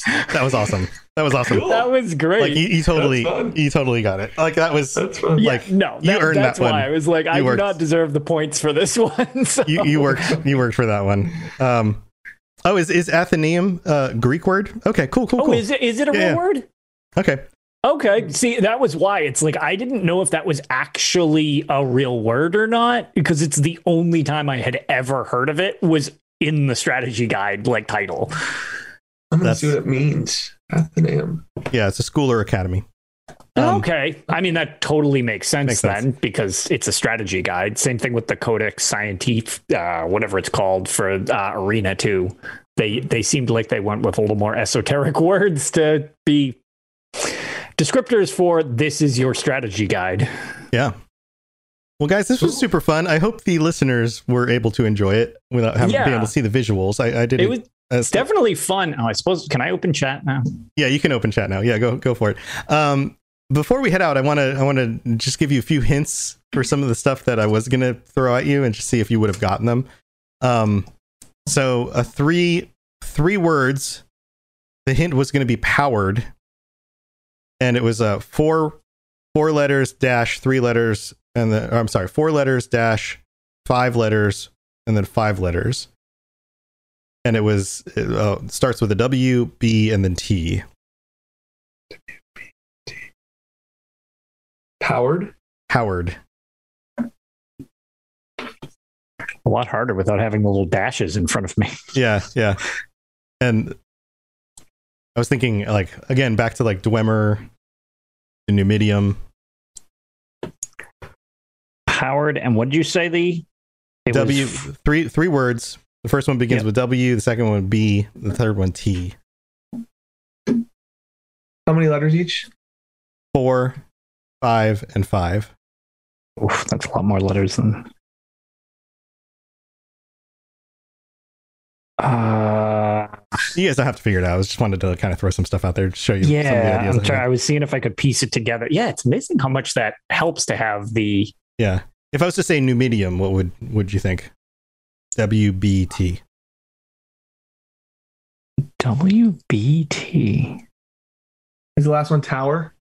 Speaker 1: that was awesome. That was awesome.
Speaker 3: Cool.
Speaker 2: that was great.
Speaker 1: Like you, you totally,
Speaker 3: That's fun.
Speaker 1: you totally got it. Like that
Speaker 2: [LAUGHS]
Speaker 1: was
Speaker 3: That's fun.
Speaker 2: yeah,
Speaker 1: like,
Speaker 2: no,
Speaker 1: you earned
Speaker 2: that's
Speaker 1: that
Speaker 2: why
Speaker 1: one.
Speaker 2: I was like, I
Speaker 1: You
Speaker 2: do
Speaker 1: worked.
Speaker 2: not deserve the points for this [LAUGHS] one. So.
Speaker 1: you, you worked, you worked for that one. Um, oh, is is athenaeum uh, Greek word? Okay, cool, cool,
Speaker 2: oh,
Speaker 1: cool.
Speaker 2: is it is it a
Speaker 1: Yeah,
Speaker 2: real
Speaker 1: yeah.
Speaker 2: word?
Speaker 1: okay,
Speaker 2: Okay. See, that was why it's like I didn't know if that was actually a real word or not because it's the only time I had ever heard of it was in the strategy guide like title.
Speaker 3: I'm gonna
Speaker 1: That's-
Speaker 3: see what it means. Athenaeum.
Speaker 1: yeah, it's a school or academy. Um,
Speaker 2: okay. I mean that totally makes sense
Speaker 1: Makes
Speaker 2: then
Speaker 1: sense.
Speaker 2: because it's a strategy guide. Same thing with the Codex Scientif uh whatever it's called for uh, Arena 2. They they seemed like they went with a little more esoteric [LAUGHS] words to be descriptors for this is your strategy guide.
Speaker 1: Yeah. Well, guys, this was
Speaker 3: Cool.
Speaker 1: super fun. I hope the listeners were able to enjoy it without having to be
Speaker 2: Yeah.
Speaker 1: able to see the visuals. I, I did
Speaker 2: It was
Speaker 1: uh,
Speaker 2: It's definitely fun. Oh, I suppose can I open chat now?
Speaker 1: yeah you can open chat now yeah go go for it um before we head out i want to i want to just give you a few hints for some of the stuff that i was going to throw at you and just see if you would have gotten them um so a three three words the hint was going to be powered and it was uh, four four letters dash three letters and the or, i'm sorry four letters dash five letters and then five letters and it was it uh, starts with a w b and then t
Speaker 3: Powered.
Speaker 1: Howard.
Speaker 2: A lot harder without having the little dashes in front of me. [LAUGHS]
Speaker 1: Yeah, yeah. And I was thinking, like, again, back to like Dwemer, the Numidium,
Speaker 2: Powered and what did you say the it was
Speaker 1: W.
Speaker 2: f-
Speaker 1: Three three words. The first one begins
Speaker 2: Yep.
Speaker 1: with W. The second one B. The third one T.
Speaker 3: How many letters each?
Speaker 1: Four, five, and five.
Speaker 2: oof, that's a lot more letters than uh
Speaker 1: You guys don't have to figure it out. I just wanted to kind of throw some stuff out there to show you. some of the
Speaker 2: yeah
Speaker 1: ideas
Speaker 2: I'm
Speaker 1: I
Speaker 2: try-
Speaker 1: had.
Speaker 2: I was seeing if I could piece it together yeah it's amazing how much that helps to have the
Speaker 1: Yeah. If I was to say Numidium, what would would you think? W B T.
Speaker 2: WBT
Speaker 3: Is the last one tower?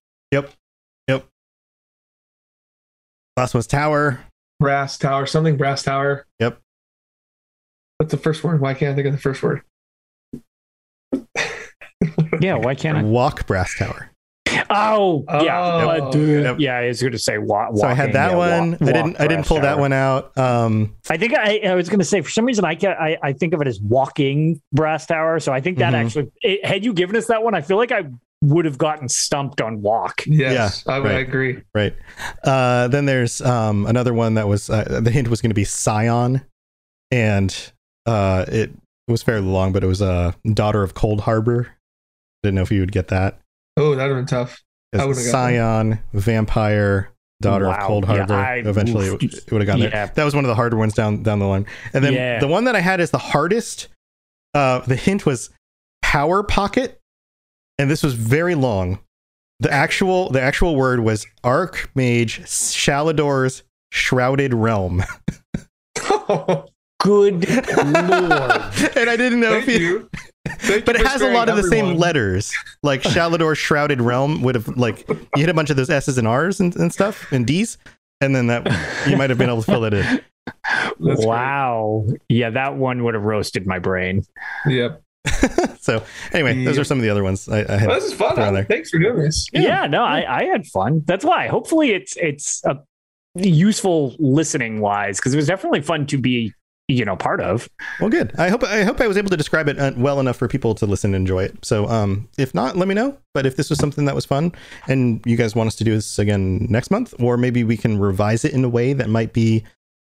Speaker 1: Last one's tower.
Speaker 3: Brass tower. Something brass tower.
Speaker 1: Yep.
Speaker 3: What's the first word? Why can't I think of the first word?
Speaker 2: yeah why can't I
Speaker 1: Walk brass tower.
Speaker 2: Oh, yeah,
Speaker 3: Oh.
Speaker 2: uh, dude.
Speaker 1: Mm. Yep.
Speaker 2: yeah. I was going to say wa- walking.
Speaker 1: so I had that
Speaker 2: yeah, wa-
Speaker 1: one. I
Speaker 2: walk
Speaker 1: didn't. I didn't
Speaker 2: rush
Speaker 1: pull that
Speaker 2: hour.
Speaker 1: one out. Um,
Speaker 2: I think I, I was going to say for some reason I, can, I I think of it as walking brass tower. So I think that
Speaker 1: Mhm.
Speaker 2: actually, it, had you given us that one, I feel like I would have gotten stumped on walk.
Speaker 3: Yes, I, would I
Speaker 1: right.
Speaker 3: agree.
Speaker 1: right. Uh, then there's um, another one that was uh, the hint was going to be Scion, and uh, it was fairly long, but it was uh, daughter of Cold Harbor. Didn't know if you would get that.
Speaker 3: Oh, that'd have been tough. [LAUGHS] I
Speaker 1: It's
Speaker 3: would've gotten
Speaker 1: Scion, vampire, daughter
Speaker 2: Wow.
Speaker 1: of Cold
Speaker 2: Yeah,
Speaker 1: Harbor.
Speaker 2: I- [LAUGHS]
Speaker 1: Eventually,
Speaker 2: oof.
Speaker 1: it, would have gotten
Speaker 2: Yeah.
Speaker 1: there. That was one of the harder ones down down the line. And then
Speaker 2: Yeah.
Speaker 1: the one that I had is the hardest. Uh, the hint was power pocket, and this was very long. The actual the actual word was Archmage Shalador's shrouded realm.
Speaker 2: Good
Speaker 1: [LAUGHS]
Speaker 2: lord.
Speaker 1: and I didn't know [LAUGHS]
Speaker 3: Thank
Speaker 1: if you.
Speaker 3: you. Thank
Speaker 1: But
Speaker 3: you
Speaker 1: it
Speaker 3: for
Speaker 1: has a lot of
Speaker 3: sparing
Speaker 1: the same
Speaker 3: everyone.
Speaker 1: letters. Like Shalador's Shrouded Realm would have like you hit a bunch of those S's and R's and, and stuff and D's, and then that you might have been able to fill it in. [LAUGHS]
Speaker 3: That's great.
Speaker 2: wow. Yeah, that one would have roasted my brain.
Speaker 3: Yep.
Speaker 1: So anyway, those
Speaker 3: Yeah.
Speaker 1: are some of the other ones I, I had.
Speaker 3: Well, this is fun.
Speaker 1: Throw it
Speaker 3: Alan.
Speaker 1: there.
Speaker 3: Thanks for doing this.
Speaker 2: Yeah, no, I, I had fun. That's why. Hopefully, it's it's a useful listening wise because it was definitely fun to be you know part of.
Speaker 1: Well, good. I hope I hope I was able to describe it uh, well enough for people to listen and enjoy it. So um, if not, let me know. But if this was something that was fun and you guys want us to do this again next month, or maybe we can revise it in a way that might be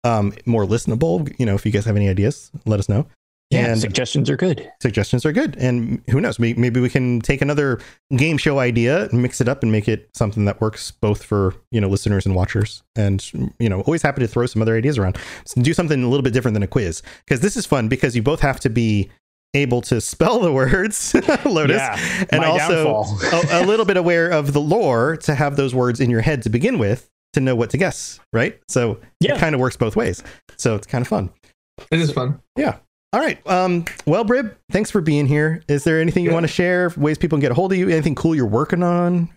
Speaker 1: um, more listenable. You know, if you guys have any ideas, let us know.
Speaker 2: Yeah,
Speaker 1: and
Speaker 2: suggestions are good.
Speaker 1: suggestions are good. And who knows? may- Maybe we can take another game show idea, mix it up, and make it something that works both for you know listeners and watchers. And you know, always happy to throw some other ideas around. So do something a little bit different than a quiz because this is fun because you both have to be able to spell the [LAUGHS] words, Lotus,
Speaker 2: Yeah,
Speaker 1: and
Speaker 2: my
Speaker 1: also
Speaker 2: downfall. [LAUGHS]
Speaker 1: a, a little bit aware of the lore to have those words in your head to begin with to know what to guess. Right? So
Speaker 2: Yeah.
Speaker 1: it kind of works both ways. So it's kind of fun.
Speaker 3: It is fun.
Speaker 1: All right. Um, well, Brib, thanks for being here. Is there anything you
Speaker 3: Yeah.
Speaker 1: want to share? Ways people can get a hold of you? Anything cool you're working on?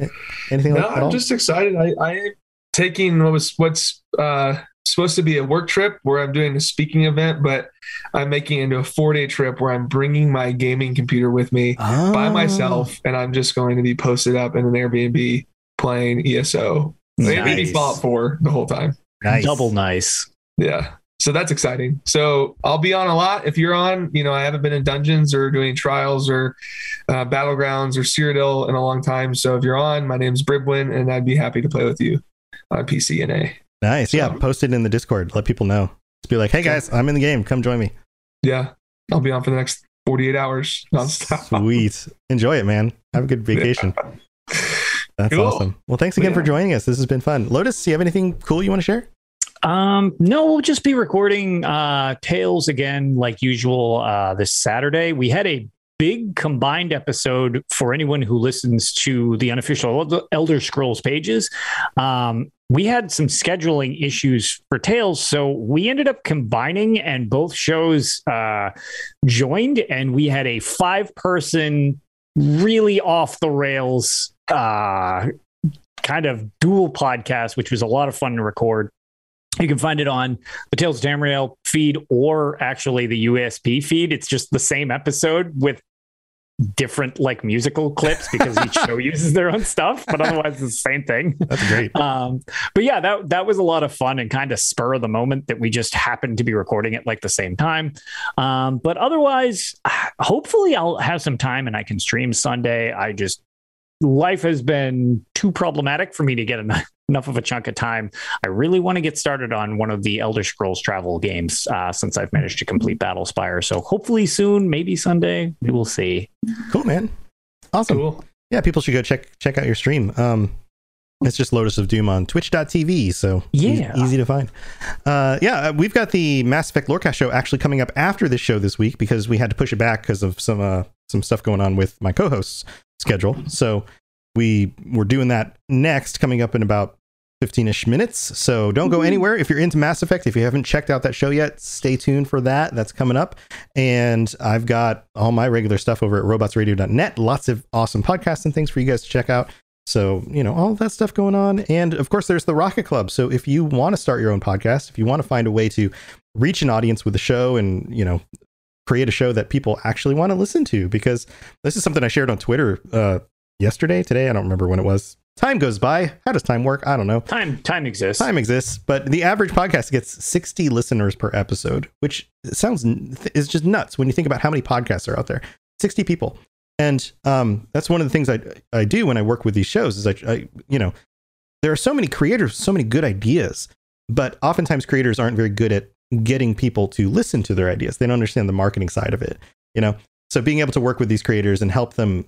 Speaker 1: Eh, Anything
Speaker 3: No,
Speaker 1: like that? at all?
Speaker 3: I'm just excited. I, I am taking what was what's uh, supposed to be a work trip where I'm doing a speaking event, but I'm making it into a four day trip where I'm bringing my gaming computer with me by
Speaker 1: Ah.
Speaker 3: myself, and I'm just going to be posted up in an Airbnb playing E ESO. Airbnb
Speaker 2: Nice.
Speaker 3: Fallout 4 the whole time.
Speaker 1: Nice.
Speaker 2: Double nice.
Speaker 3: Yeah. So that's exciting. So I'll be on a lot. If you're on, you know, I haven't been in dungeons or doing trials or uh, battlegrounds or Cyrodiil in a long time. So if you're on, my name's Bribwin, and I'd be happy to play with you on PC and A.
Speaker 1: Nice. Yeah. Post it in the Discord. Let people know. Just be like, hey guys, I'm in the game. Come join me.
Speaker 3: Yeah, I'll be on for the next 48 hours nonstop.
Speaker 1: Sweet. Enjoy it, man. Have a good
Speaker 3: [LAUGHS]
Speaker 1: vacation. That's
Speaker 3: Cool.
Speaker 1: awesome. Well, thanks again for
Speaker 3: Yeah.
Speaker 1: joining us. This has been fun. Lotus, do you have anything cool you want to share?
Speaker 2: Um, no, we'll just be recording uh tales again like usual uh this Saturday. We had a big combined episode for anyone who listens to the unofficial Eld- Elder Scrolls pages. Um we had some scheduling issues for Tales, so we ended up combining and both shows uh joined and we had a five person really off the rails uh kind of dual podcast, which was a lot of fun to record. You can find it on the Tales of Tamriel feed or actually the USP feed. It's just the same episode with different like musical clips because each show uses their own stuff, but otherwise it's the same thing.
Speaker 1: That's
Speaker 3: [LAUGHS]
Speaker 1: great.
Speaker 2: Um, but yeah, that that was a lot of fun and kind of spur of the moment that we just happened to be recording at like the same time. Um, but otherwise, [SIGHS] hopefully, I'll have some time and I can stream Sunday. I just life has been too problematic for me to get enough. [LAUGHS] Enough of a chunk of time. I really want to get started on one of the Elder Scrolls travel games uh, since I've managed to complete Battlespire. So hopefully soon, maybe Sunday, we will see.
Speaker 1: Cool, man. Awesome.
Speaker 3: cool.
Speaker 1: Yeah, people should go check check out your stream. Um it's just Lotus of Doom on twitch.tv, so e-
Speaker 2: Yeah.
Speaker 1: easy to find. Uh yeah, uh, we've got the Mass Effect Lorecast show actually coming up after this show this week because we had to push it back because of some uh some stuff going on with my co-host's schedule. So we we're doing that next coming up in about 15ish minutes. So don't go anywhere if you're into Mass Effect. If you haven't checked out that show yet, stay tuned for that. That's coming up. And I've got all my regular stuff over at robotsradio.net. Lots of awesome podcasts and things for you guys to check out. So, you know, all that stuff going on. And of course, there's the Rocket Club. So, if you want to start your own podcast, if you want to find a way to reach an audience with a show and, you know, create a show that people actually want to listen to, because this is something I shared on Twitter uh, yesterday, today. I don't remember when it was. Time goes by. How does time work? I don't know.
Speaker 2: Time time exists.
Speaker 1: Time exists, but the average podcast gets 60 listeners per episode, which sounds is just nuts when you think about how many podcasts are out there. 60 people. And um, that's one of the things I, I do when I work with these shows is I, I, you know, there are so many creators, so many good ideas, but oftentimes creators aren't very good at getting people to listen to their ideas. They don't understand the marketing side of it, you know? So being able to work with these creators and help them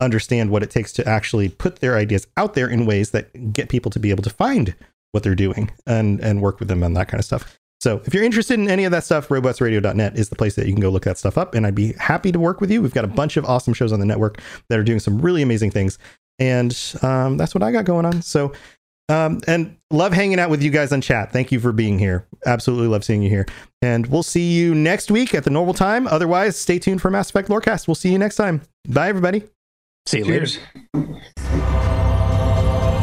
Speaker 1: understand what it takes to actually put their ideas out there in ways that get people to be able to find what they're doing and and work with them on that kind of stuff. So if you're interested in any of that stuff, robotsradio.net is the place that you can go look that stuff up. And I'd be happy to work with you. We've got a bunch of awesome shows on the network that are doing some really amazing things. And um, that's what I got going on. So um, and love hanging out with you guys on chat. Thank you for being here. Absolutely love seeing you here. And we'll see you next week at the normal time. Otherwise, stay tuned for Mass Effect Lorecast. We'll see you next time. Bye, everybody.
Speaker 2: See you later.
Speaker 3: Cheers.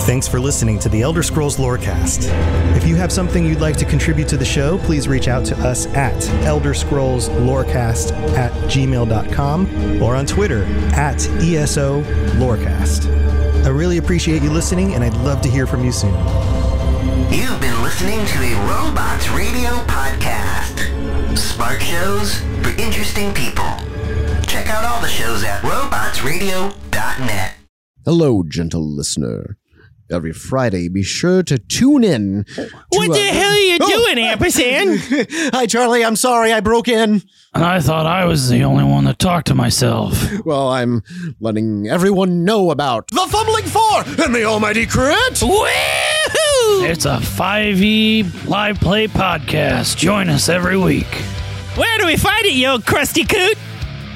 Speaker 1: Thanks for listening to the Elder Scrolls Lorecast. If you have something you'd like to contribute to the show, please reach out to us at elderscrollslorecast at gmail.com or on Twitter at ESO Lorecast. I really appreciate you listening, and I'd love to hear from you soon.
Speaker 7: You've been listening to a Robots Radio podcast. Smart shows for interesting people. Check out all the shows at robotsradio.net.
Speaker 8: Hello, gentle listener. every Friday. Be sure to tune in. Oh!
Speaker 9: What the hell are you doing, Ampersand?
Speaker 8: [LAUGHS] Hi, Charlie. I'm sorry I broke in.
Speaker 9: I thought I was the only one that talked to myself.
Speaker 8: Well, I'm letting everyone know about the fumbling four and the almighty crit.
Speaker 9: Woohoo! It's a 5e live play podcast. Join us every week. Where do we find it, you old crusty coot?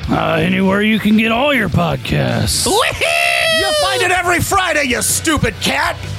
Speaker 9: Uh, anywhere you can get all your podcasts.
Speaker 8: You'll find it every Friday, you stupid cat.